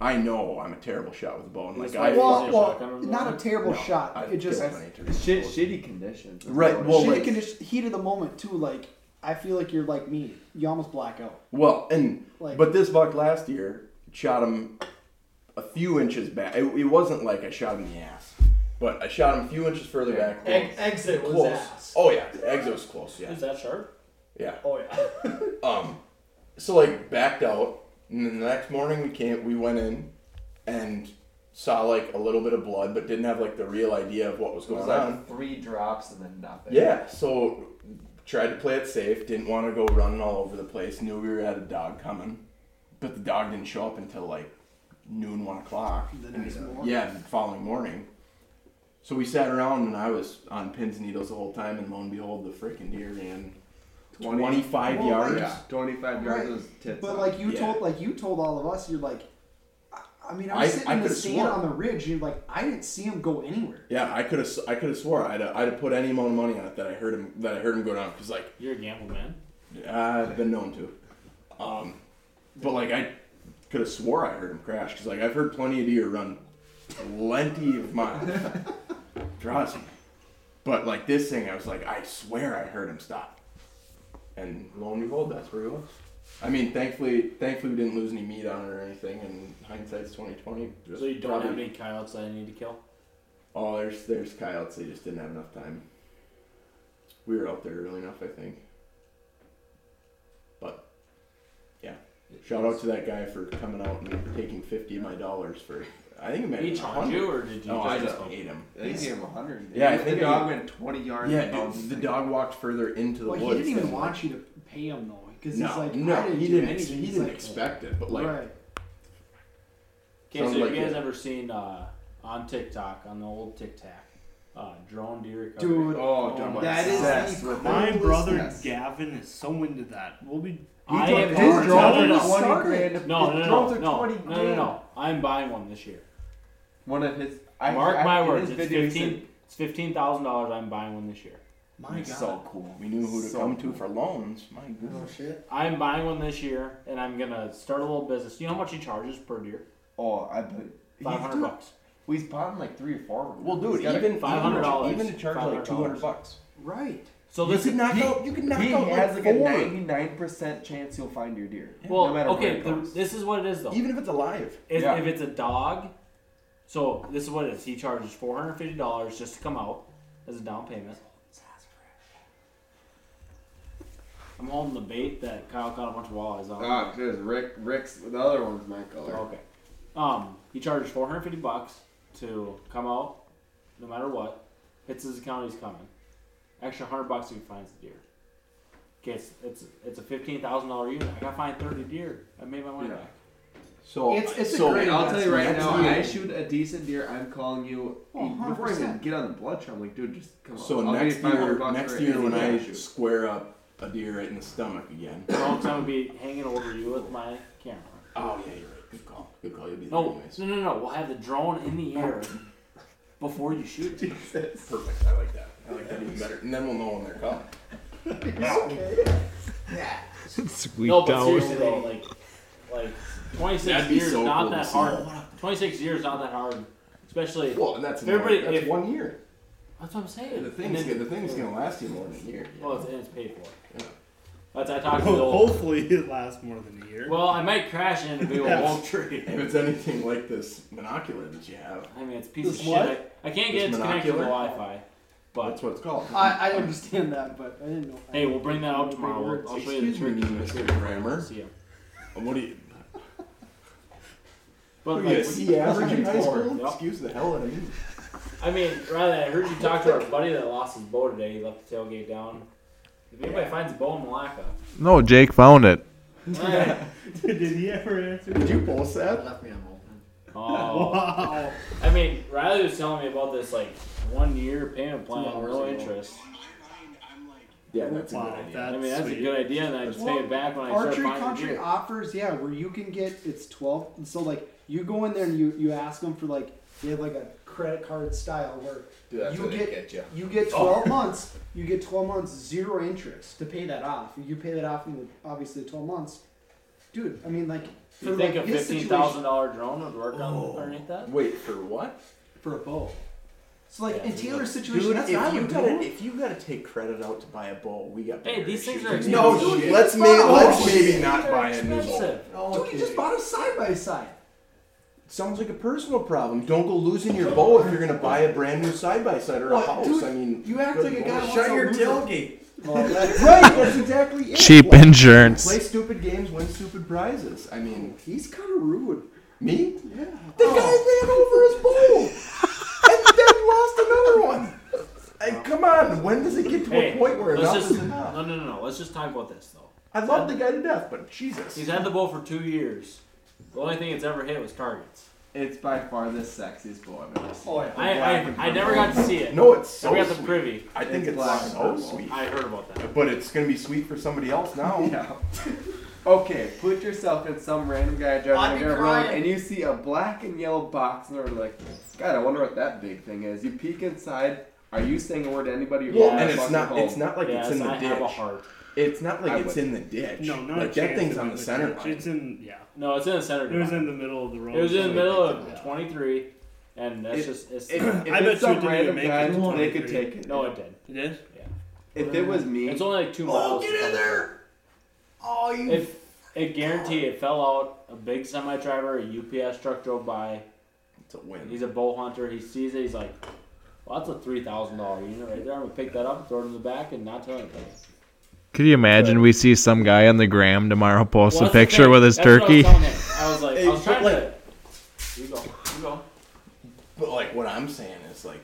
S1: I know I'm a terrible shot with the ball, and like, I
S7: Well, Is
S6: Well,
S7: it a shotgun
S6: well,
S7: or
S6: not a
S7: something?
S6: terrible
S1: No,
S6: shot.
S1: I've
S6: it just
S1: killed many turkeys
S5: Shit,
S1: before.
S5: shitty conditions.
S1: Right, well-
S6: shitty
S1: like-
S6: condition, heat of the moment too. Like I feel like you're like me. You almost black out.
S1: Well, and
S6: Like-
S1: but this buck last year shot him a few inches back. It, it wasn't like I shot him in the ass, but I shot him a few inches further back.
S4: Ex- exit was
S1: close.
S4: ass.
S1: Oh yeah, the exit was close. Yeah,
S7: Is that sharp?
S1: yeah.
S4: Oh yeah.
S1: Um, so like backed out, and then the next morning we came, we went in, and saw like a little bit of blood, but didn't have like the real idea of what was
S5: It
S1: going
S5: was
S1: on.
S5: like three drops and then nothing.
S1: Yeah, so tried to play it safe, didn't want to go running all over the place, knew we were at a dog coming. But the dog didn't show up until like noon, one o'clock. uh,
S6: The next morning.
S1: Yeah, the following morning. So we sat around and I was on pins and needles the whole time, and lo and behold, the frickin' deer ran
S5: 20.
S1: 25
S6: Well,
S1: yards.
S5: Yeah, 25 yards was tits.
S6: But
S5: up.
S6: like you
S1: Yeah.
S6: told, like you told all of us, you're like, I, I mean, I'm
S1: I-
S6: sitting
S1: I
S6: in the
S1: could've
S6: stand
S1: sworn.
S6: on the ridge. You're like, I didn't see him go anywhere.
S1: Yeah, I could have I could have swore I'd I'd have put any amount of money on it that I heard him that I heard him go down because like
S7: You're a gamble man.
S1: I've been known to. Um, but like I could have swore I heard him crash because like I've heard plenty of deer run plenty of miles. Draws me. But like this thing, I was like, I swear I heard him stop. And lo and behold, that's where he was. I mean, thankfully, thankfully we didn't lose any meat on it or anything. And hindsight's twenty twenty.
S7: So you don't have any coyotes that I need to kill.
S1: Oh, there's there's coyotes. They just didn't have enough time. We were out there early enough, I think. But yeah, shout out to that guy for coming out and taking fifty of my dollars for. I think it might
S7: Did he
S1: be
S7: charge you, or did you
S1: No, I
S7: just
S1: just
S7: go?
S1: ate him.
S5: They gave him 100.
S1: Yeah, I
S5: the
S1: think
S5: dog
S1: he-
S5: went 20 yards.
S1: Yeah,
S5: and bounced
S1: dude, the
S5: it.
S1: dog walked further into the
S6: Well, he
S1: woods.
S6: didn't even
S1: than, like-
S6: want you to pay him though, because
S1: No,
S6: he's like, I
S1: no,
S6: didn't
S1: he
S6: do
S1: didn't.
S6: anything.
S1: He
S6: He's
S1: didn't
S6: like, "Oh,
S1: expect it, but like,
S6: right.
S7: Okay, so
S1: Sounds like
S7: you guys
S1: it.
S7: ever seen uh, on TikTok on the old TikTok uh, drone deer recovery?
S6: dude.
S5: Oh,
S7: Oh my
S5: dumb.
S7: That is
S5: obsessed with it.
S3: My
S6: Yes.
S3: brother Gavin is so into that. We'll be.
S7: I
S5: He
S7: am
S5: took-
S7: already-
S5: his
S7: no,
S5: drone
S7: no,
S5: was
S7: no.
S6: one-
S5: 20
S6: started.
S5: grand.
S7: No,
S5: His
S7: no, no,
S5: drones
S7: no,
S5: are
S7: no,
S5: 20
S7: no, no,
S5: grand.
S7: no. I'm buying one this year.
S5: One of his. I,
S7: Mark
S5: I,
S7: my
S5: in
S7: words.
S5: his
S7: It's
S5: video, he
S7: fifteen.
S5: said,
S7: It's fifteen thousand dollars. I'm buying one this year.
S6: My God.
S5: "He's So cool.
S1: we knew who to
S5: Oh So
S1: come
S5: cool.
S1: to for loans. My
S4: Oh
S1: goodness.
S4: shit.
S7: I'm buying one this year, and I'm gonna start a little business. You know how much he charges per deer?
S5: Oh, I bet.
S7: Five hundred bucks.
S5: He's bought like three or four. of them.
S1: Well, dude,
S5: He's got a-
S1: even
S7: $500.
S1: even to charge like
S7: $500.
S1: two hundred bucks.
S6: Right.
S7: So
S1: You
S7: this
S1: could
S7: is
S1: knock
S5: he-
S1: out. You could knock
S5: He
S1: out
S5: has
S1: like
S5: like,
S1: four.
S5: a ninety-nine percent chance you'll find your deer.
S7: well,
S5: no matter where
S7: okay.
S5: it
S7: the-
S5: goes.
S7: this is what it is though.
S1: Even if it's alive.
S7: If,
S5: Yeah.
S7: if it's a dog, so this is what it is. He charges four hundred fifty dollars just to come out as a down payment. I'm holding the bait that Kyle caught a bunch of walleyes on.
S5: Ah, because Rick, Rick's the other one's my color.
S7: Okay. Um, he charges four hundred fifty bucks to come out, no matter what. Hits his account, he's coming. Extra hundred bucks if he finds the deer. Okay, it's it's, it's a fifteen thousand dollar unit. I gotta find thirty deer. I made my money
S5: Yeah.
S7: back.
S1: So
S6: It's- it's a
S1: so
S6: great-
S5: And I'll tell you right
S1: That's
S5: now,
S1: you.
S5: I shoot a decent deer. I'm calling you
S6: Oh,
S5: before I even
S6: 100%.
S5: get on the blood trail. I'm like, dude, just come on.
S1: So
S5: I'll give you
S1: next year,
S5: 500 bucks for
S1: next year
S5: anything
S1: when
S5: you
S1: I
S5: shoot.
S1: square up a deer right in the stomach again.
S7: So I'm gonna be hanging over you with my camera.
S1: Oh yeah, you're right. Good call. Good call. You'll be there
S7: No,
S1: anyways.
S7: no, no, no. We'll have the drone in the air before you shoot. it.
S1: Perfect. I like that. I like that even better. And then we'll know when they're coming.
S2: Squeaked
S7: No, but
S2: out.
S7: seriously though, like, like twenty six
S1: That'd be
S7: years
S1: so
S7: not
S1: cool to
S7: that
S1: see.
S7: hard. Twenty six years not that hard, especially.
S1: Well, and that's
S7: Everybody-
S1: another- that's
S7: if-
S1: one year.
S7: That's what I'm saying.
S1: The
S7: And
S1: thing's
S7: then-
S1: gonna- the thing's gonna last you more than a year.
S7: Well, it's, and it's paid for. That's I talked to the old.
S3: Hopefully it lasts more than a year.
S7: Well, I might crash into a
S3: Yes.
S7: oak tree.
S1: If it's anything like this monocular that you have,
S7: I mean, it's a piece
S6: This
S7: of shit.
S6: what?
S7: I, I can't
S1: This
S7: get it to connect to the
S1: monocular?
S7: Wi-Fi.
S1: that's
S7: But
S1: what it's called.
S6: I, I understand that, but I didn't know. I
S7: hey, we'll bring that out
S6: didn't know
S7: tomorrow.
S6: words.
S7: We'll- I'll show you the
S1: Excuse me,
S7: trick.
S1: Mr. Grammar.
S7: See ya.
S1: What do you?
S7: But
S1: What are you, a
S7: like,
S1: C average in high
S7: Yep.
S1: school? Excuse the hell out of me.
S7: I mean, Riley, I heard you talk to our buddy that lost his bow today. He left the tailgate down. If anybody finds a bow in Malacca,
S2: No, Jake found it.
S3: Did he ever answer?
S1: Did you post that?
S4: Left me on open.
S7: oh,
S3: Wow.
S7: I mean, Riley was telling me about this like one year payment plan,
S4: Two hours
S7: no
S4: ago.
S7: interest.
S1: Yeah, that's a good
S3: Wow,
S1: idea.
S3: that's
S7: I mean, that's
S3: sweet.
S7: a good idea, and I just pay it back when I start
S6: Archery
S7: finding
S6: Country
S7: deer.
S6: offers, yeah, where you can get it's twelve. So like you go in there and you you ask them for like they have like a credit card style where
S1: Dude, that's
S6: you
S1: where they
S6: get,
S1: get ya.
S6: you get twelve months. You get twelve months zero interest to pay that off. You pay that off in the, obviously twelve months, dude. I mean like for
S7: You
S6: like
S7: think a
S6: his
S7: fifteen
S6: situation
S7: thousand dollar drone would work
S1: Oh.
S7: on underneath that?
S1: Wait for what?
S6: for a bow. So like
S7: Yeah,
S6: in
S7: dude.
S6: Taylor's situation, that's not
S1: you
S6: what I would
S1: gotta
S6: do.
S1: if you gotta take credit out to buy a bow, we got.
S7: Hey,
S1: bigger
S7: these things
S1: issues.
S7: are expensive.
S5: No
S1: Dude,
S5: shit.
S1: Let's maybe
S6: Fuck
S1: let's
S6: off.
S1: maybe not
S7: They're
S1: buy a new bow.
S7: expensive.
S6: Dude, you just bought a side by side.
S1: Sounds like a personal problem. Don't go losing your bow if you're gonna buy a brand new side by side or a
S6: What,
S1: house.
S6: dude,
S1: I mean,
S6: you act
S1: good
S6: like a
S1: lord.
S6: guy who
S1: Shut
S6: wants a
S1: your
S6: loser.
S1: tailgate.
S6: Well, Oh, that's-
S1: right, that's exactly it.
S2: Cheap
S1: Like,
S2: insurance.
S1: Play stupid games, win stupid prizes. I mean,
S6: he's kind of rude.
S1: me? Yeah. The guy ran over his bow and then lost another one. Hey, come on. When does it get to
S7: Hey,
S1: a point where
S7: let's
S1: enough
S7: just
S1: is
S7: no,
S1: enough?
S7: no, no, no. Let's just talk about this though.
S1: I love the guy to death, but Jesus.
S7: He's had the bow for two years. The only thing it's ever hit was targets.
S5: It's by far the sexiest bow I've ever seen.
S6: Oh yeah.
S7: I, I, I never got to see it.
S1: no, it's so
S7: I got the
S1: Oh, sweet.
S7: privy.
S1: I think
S5: It's
S1: it's,
S5: black and
S1: so
S5: purple.
S1: sweet.
S7: I heard about that.
S1: But it's gonna be sweet for somebody else now.
S5: Yeah. okay, put yourself in some random guy
S4: I'd
S5: driving
S4: be
S5: a around
S4: crying.
S5: and you see a black and yellow box and they're like, God, I wonder what that big thing is. You peek inside, are you saying a word to anybody? You're all in
S1: and
S5: the
S1: it's
S5: fucking
S1: not
S5: home.
S1: it's not like
S7: yes,
S1: it's in the
S7: I have a
S1: ditch.
S7: heart.
S1: It's not like
S5: I
S1: it's
S5: would-
S1: in the ditch.
S3: No, not
S1: like
S3: a
S1: that
S3: chance
S1: thing's
S3: it
S1: on the
S3: was a
S1: center
S3: ditch.
S1: line.
S3: It's in yeah.
S7: No, it's in the center.
S3: It was
S7: divide.
S3: in the middle of the road.
S7: It was in the
S3: so-
S7: middle of 23, and that's
S5: It-
S7: just it's.
S5: If, if
S3: I bet you
S5: it's
S3: it
S5: some
S3: didn't
S5: random
S3: make
S5: guy,
S3: it to
S5: they could
S3: 23.
S5: take it.
S7: no, it did.
S3: It is.
S5: If it was me,
S7: It's only like two
S4: Oh,
S7: miles.
S4: get in there! Oh, you.
S7: If it guarantee it fell out, a big semi driver, a UPS truck drove by.
S1: It's a win.
S7: He's a bow hunter. He sees it. He's like, "Well, that's a three thousand dollar unit right there. I'm gonna pick that up, throw it in the back, and not tell anybody."
S2: Could you imagine we see some guy on the gram tomorrow post
S7: Well,
S2: a
S7: that's the
S2: picture
S7: thing.
S2: with his
S7: That's what I was
S2: turkey?
S7: telling him. I was like, I was
S1: Hey,
S7: trying
S1: but
S7: to. You go. You go.
S1: But like what I'm saying is like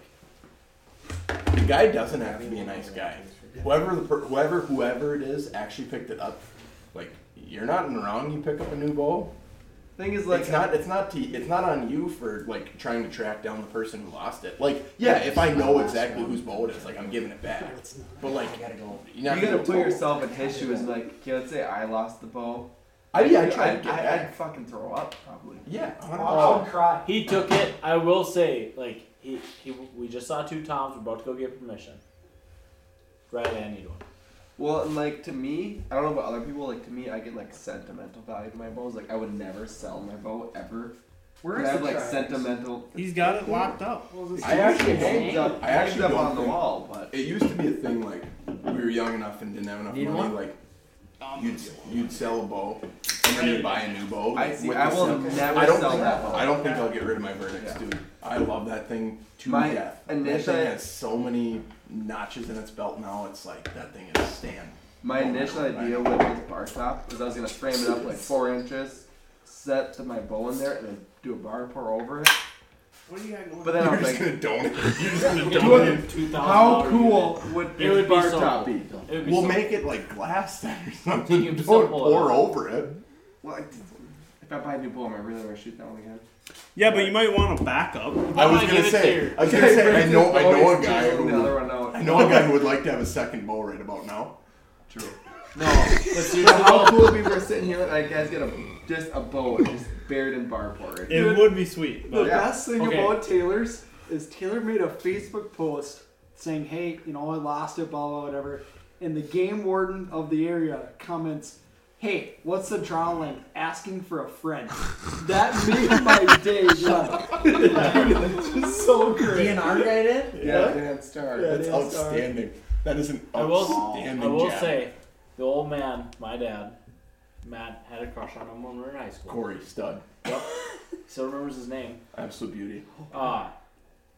S1: the guy doesn't have to be a nice guy. Whoever the per- whoever whoever it is actually picked it up. Like you're not in the wrong. You pick up a new bow.
S5: thing is like
S1: it's not it's not to, it's not on you for like trying to track down the person who lost it. Like yeah, if I know exactly whose bow it is, like I'm giving it back. But like you gotta go. You're not
S5: you gotta
S1: gonna
S5: put
S1: go-
S5: yourself in his shoes. and Like, okay, let's say I lost the bow.
S1: I yeah, I
S5: I'd-
S1: try to get
S5: I'd- I'd
S1: back.
S5: fucking throw up probably.
S1: Yeah, 100%.
S6: I would cry.
S7: He took it. I will say, like he, he we just saw two toms. We're about to go get permission. Riley, I need one.
S5: Well, and like to me, I don't know about other people. Like to me, I get like sentimental value to my bows. Like I would never sell my bow ever.
S4: Where
S5: I
S4: is
S5: have
S4: the
S5: like
S4: tracks?
S5: sentimental.
S3: He's got it locked up.
S1: I actually
S5: It hangs
S1: hang
S5: up.
S1: I actually
S5: hangs up
S1: don't
S5: on the
S1: think-
S5: wall, but
S1: It used to be a thing like we were young enough and didn't have enough
S7: Need
S1: money.
S7: one?
S1: Like you'd you'd sell a bow and then you'd buy a new bow.
S5: I
S1: like,
S5: see.
S1: with
S5: I
S1: the
S5: will
S1: sell-
S5: never
S1: I don't
S5: sell
S1: think,
S5: that bow.
S1: I don't think I'll get rid of my verdicts,
S5: Yeah.
S1: dude. I love that thing to
S5: My
S1: death. That
S5: initial-
S1: thing has so many notches in its belt now. It's like that thing is stand.
S5: my
S1: Oh my
S5: initial
S1: God,
S5: idea with this bar top was I was gonna frame it up like four inches, set to my bow in there, and then do a bar pour over it.
S3: What do you got going?
S5: But then I
S1: You're
S5: was
S1: just
S5: like,
S1: gonna donate. You're just gonna donate.
S7: $2,000
S5: how
S7: unit.
S5: cool would
S7: It would
S5: this
S7: be
S5: bar
S7: so
S5: top
S7: cool.
S5: be?
S7: It would be
S1: We'll
S7: so-
S1: make it like glass then or
S7: You
S1: something.
S7: can
S1: don't
S7: simple
S1: pour
S7: it.
S1: over it.
S5: Well, I- if I buy a new bow, am I really gonna shoot that one again?
S3: yeah, but you might want a backup.
S1: I was
S7: Give
S1: gonna
S7: it to
S1: say.
S7: your-
S1: I was gonna say. I know. I know a guy
S5: Chiseling the other
S1: who.
S5: one out.
S1: I know a guy who would like to have a second bow right about now.
S5: True.
S7: But
S5: You know
S7: seriously,
S5: how
S7: though,
S5: cool would it be if we're sitting here like guys get a just a bow and just buried in bar porridge.
S3: It would be sweet.
S6: The
S3: But
S5: Yeah.
S6: best thing
S7: Okay.
S6: about Taylor's is Taylor made a Facebook post saying, "Hey, you know, I lost it, blah blah whatever," and the game warden of the area comments. Hey, what's the draw length? Asking for a friend. That made my day. Yeah. Dude, that's just so great.
S4: DNR guy did?
S5: yeah, Dan Star.
S1: That's
S6: Yes, sorry.
S1: outstanding. That is an
S7: I will-
S1: outstanding
S7: I will
S1: Oh, jab.
S7: say, the old man, my dad, Matt, had a crush on him when we were in high school.
S1: Corey Stud,
S7: Still remembers his name.
S1: absolute beauty.
S7: Uh,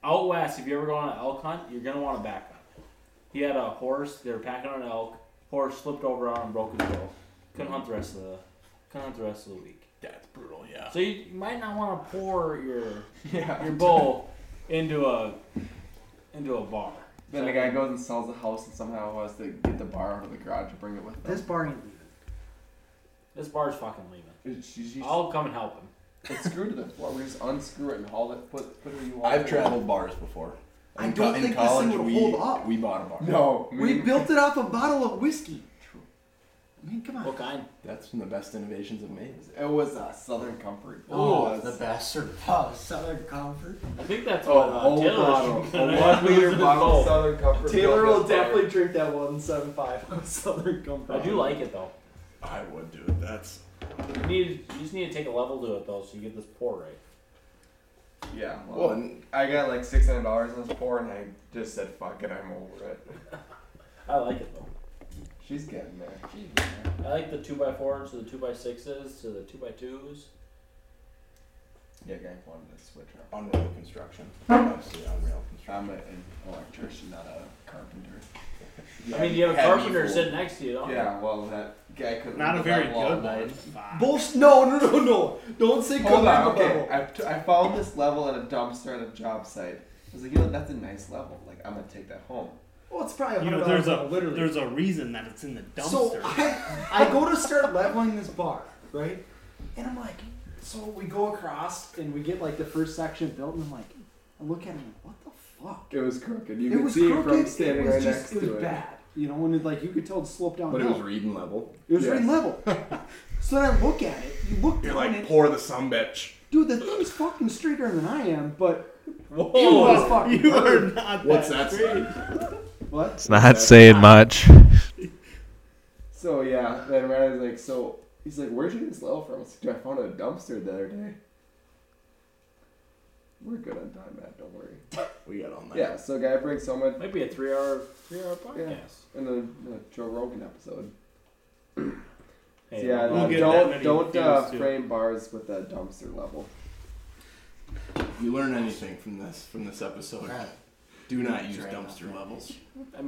S7: out west, if you ever go on an elk hunt, you're gonna want to back up. He had a horse. They were packing on an elk. Horse slipped over on him, broke his bill. Couldn't hunt the rest of the. Couldn't hunt the rest of the week.
S1: That's brutal. Yeah.
S7: So you, you might not want to pour your
S5: Yeah.
S7: your bowl into a into a bar.
S5: Then the guy goes and sells the house and somehow has to get the bar out of the garage and bring it with
S6: This
S5: them.
S6: bar ain't
S7: This bar's fucking leaving.
S5: It's, it's,
S7: I'll come and help him.
S5: it's screwed to the floor. We just unscrew it and haul it. Put put it where you want.
S1: I've
S5: it.
S1: traveled bars before.
S4: I
S1: In
S4: don't
S1: co- in
S4: think this thing
S1: college,
S4: would
S1: we,
S4: hold up.
S1: We bought a bar.
S5: No,
S4: We
S5: me-
S4: built it off a bottle of whiskey. I mean, come on.
S7: What kind?
S1: That's one of the best innovations I've made.
S5: It was uh, Southern Comfort.
S4: Oh,
S5: It
S4: the
S5: was
S4: bastard. Oh, Southern Comfort.
S7: I think that's
S5: a
S7: what uh,
S5: whole
S7: Taylor
S5: bottle,
S7: was
S5: a one liter bottle of
S7: bowl.
S5: Southern Comfort.
S6: Taylor
S5: built
S6: will
S5: this bar.
S6: definitely drink that one seven five on Southern Comfort.
S7: I do like it though.
S1: I would do it. That's
S7: You need you just need to take a level to it though, so you get this pour right.
S5: Yeah. Well,
S1: well. and
S5: I got like six hundred dollars in this pour, and I just said, "Fuck it, I'm over it."
S7: I like it though.
S5: She's getting there. She's getting there.
S7: I like the two by fours to the two by sixes to the two by twos.
S5: Yeah, Gank wanted to switch up.
S1: Unreal construction. Obviously, unreal construction.
S5: I'm a- an electrician, not a carpenter.
S7: I mean, you have a
S1: Heavy
S7: carpenter
S1: fool.
S7: sitting next to you, don't you?
S5: Yeah, well, that guy couldn't.
S3: Not a
S5: live
S3: very
S5: that long,
S3: good
S5: man.
S3: one.
S4: Bullshit. No, no, no, no. Don't say
S5: Hold
S4: cover
S5: on,
S4: up
S5: okay.
S4: level.
S5: I, t- I found this level at a dumpster at a job site. I was like, you know, that's a nice level. Like, I'm gonna take that home.
S6: Well, it's probably
S3: You
S6: $100
S3: know, there's
S6: level,
S3: a
S6: literally.
S3: there's a reason that it's in the
S4: So
S3: dumpster.
S4: I, I go to start leveling this bar, right? And I'm like, so we go across.
S6: and we get like the first section built, and I'm like, I look at it, I'm like, what the fuck?
S5: It was crooked. You
S6: it was crooked. it was just, it was bad. You know, and it, like you could tell it sloped down.
S1: But it
S6: hill.
S1: was reading level.
S6: It was
S5: Yeah.
S6: right level. so then I look at it. You look
S1: You're
S6: down
S1: like,
S6: it.
S1: pour the some bitch.
S6: Dude, the thing's fucking straighter than I am, but
S3: you
S6: was fucking
S3: you are
S6: perfect.
S3: not.
S1: What's
S3: that
S1: that?
S3: straight.
S1: sign?
S6: what?
S2: It's not saying much.
S5: So yeah, then Ryan's like, so he's like, where'd you get this level from? I was like, "Dude, I found it at a dumpster the other day. We're good on time, Matt. Don't worry.
S1: We got all night.
S5: Yeah. So guy brings so much,
S7: Might be a three hour three hour podcast.
S5: and then a Joe Rogan episode.
S7: Hey,
S5: yeah.
S7: uh,
S3: We'll
S5: no,
S3: get that
S5: don't
S3: many
S5: don't uh,
S3: views, too.
S5: frame bars with that dumpster level.
S1: You learn anything from this from this episode?
S4: Right.
S1: Do not use
S4: Right.
S1: dumpster levels.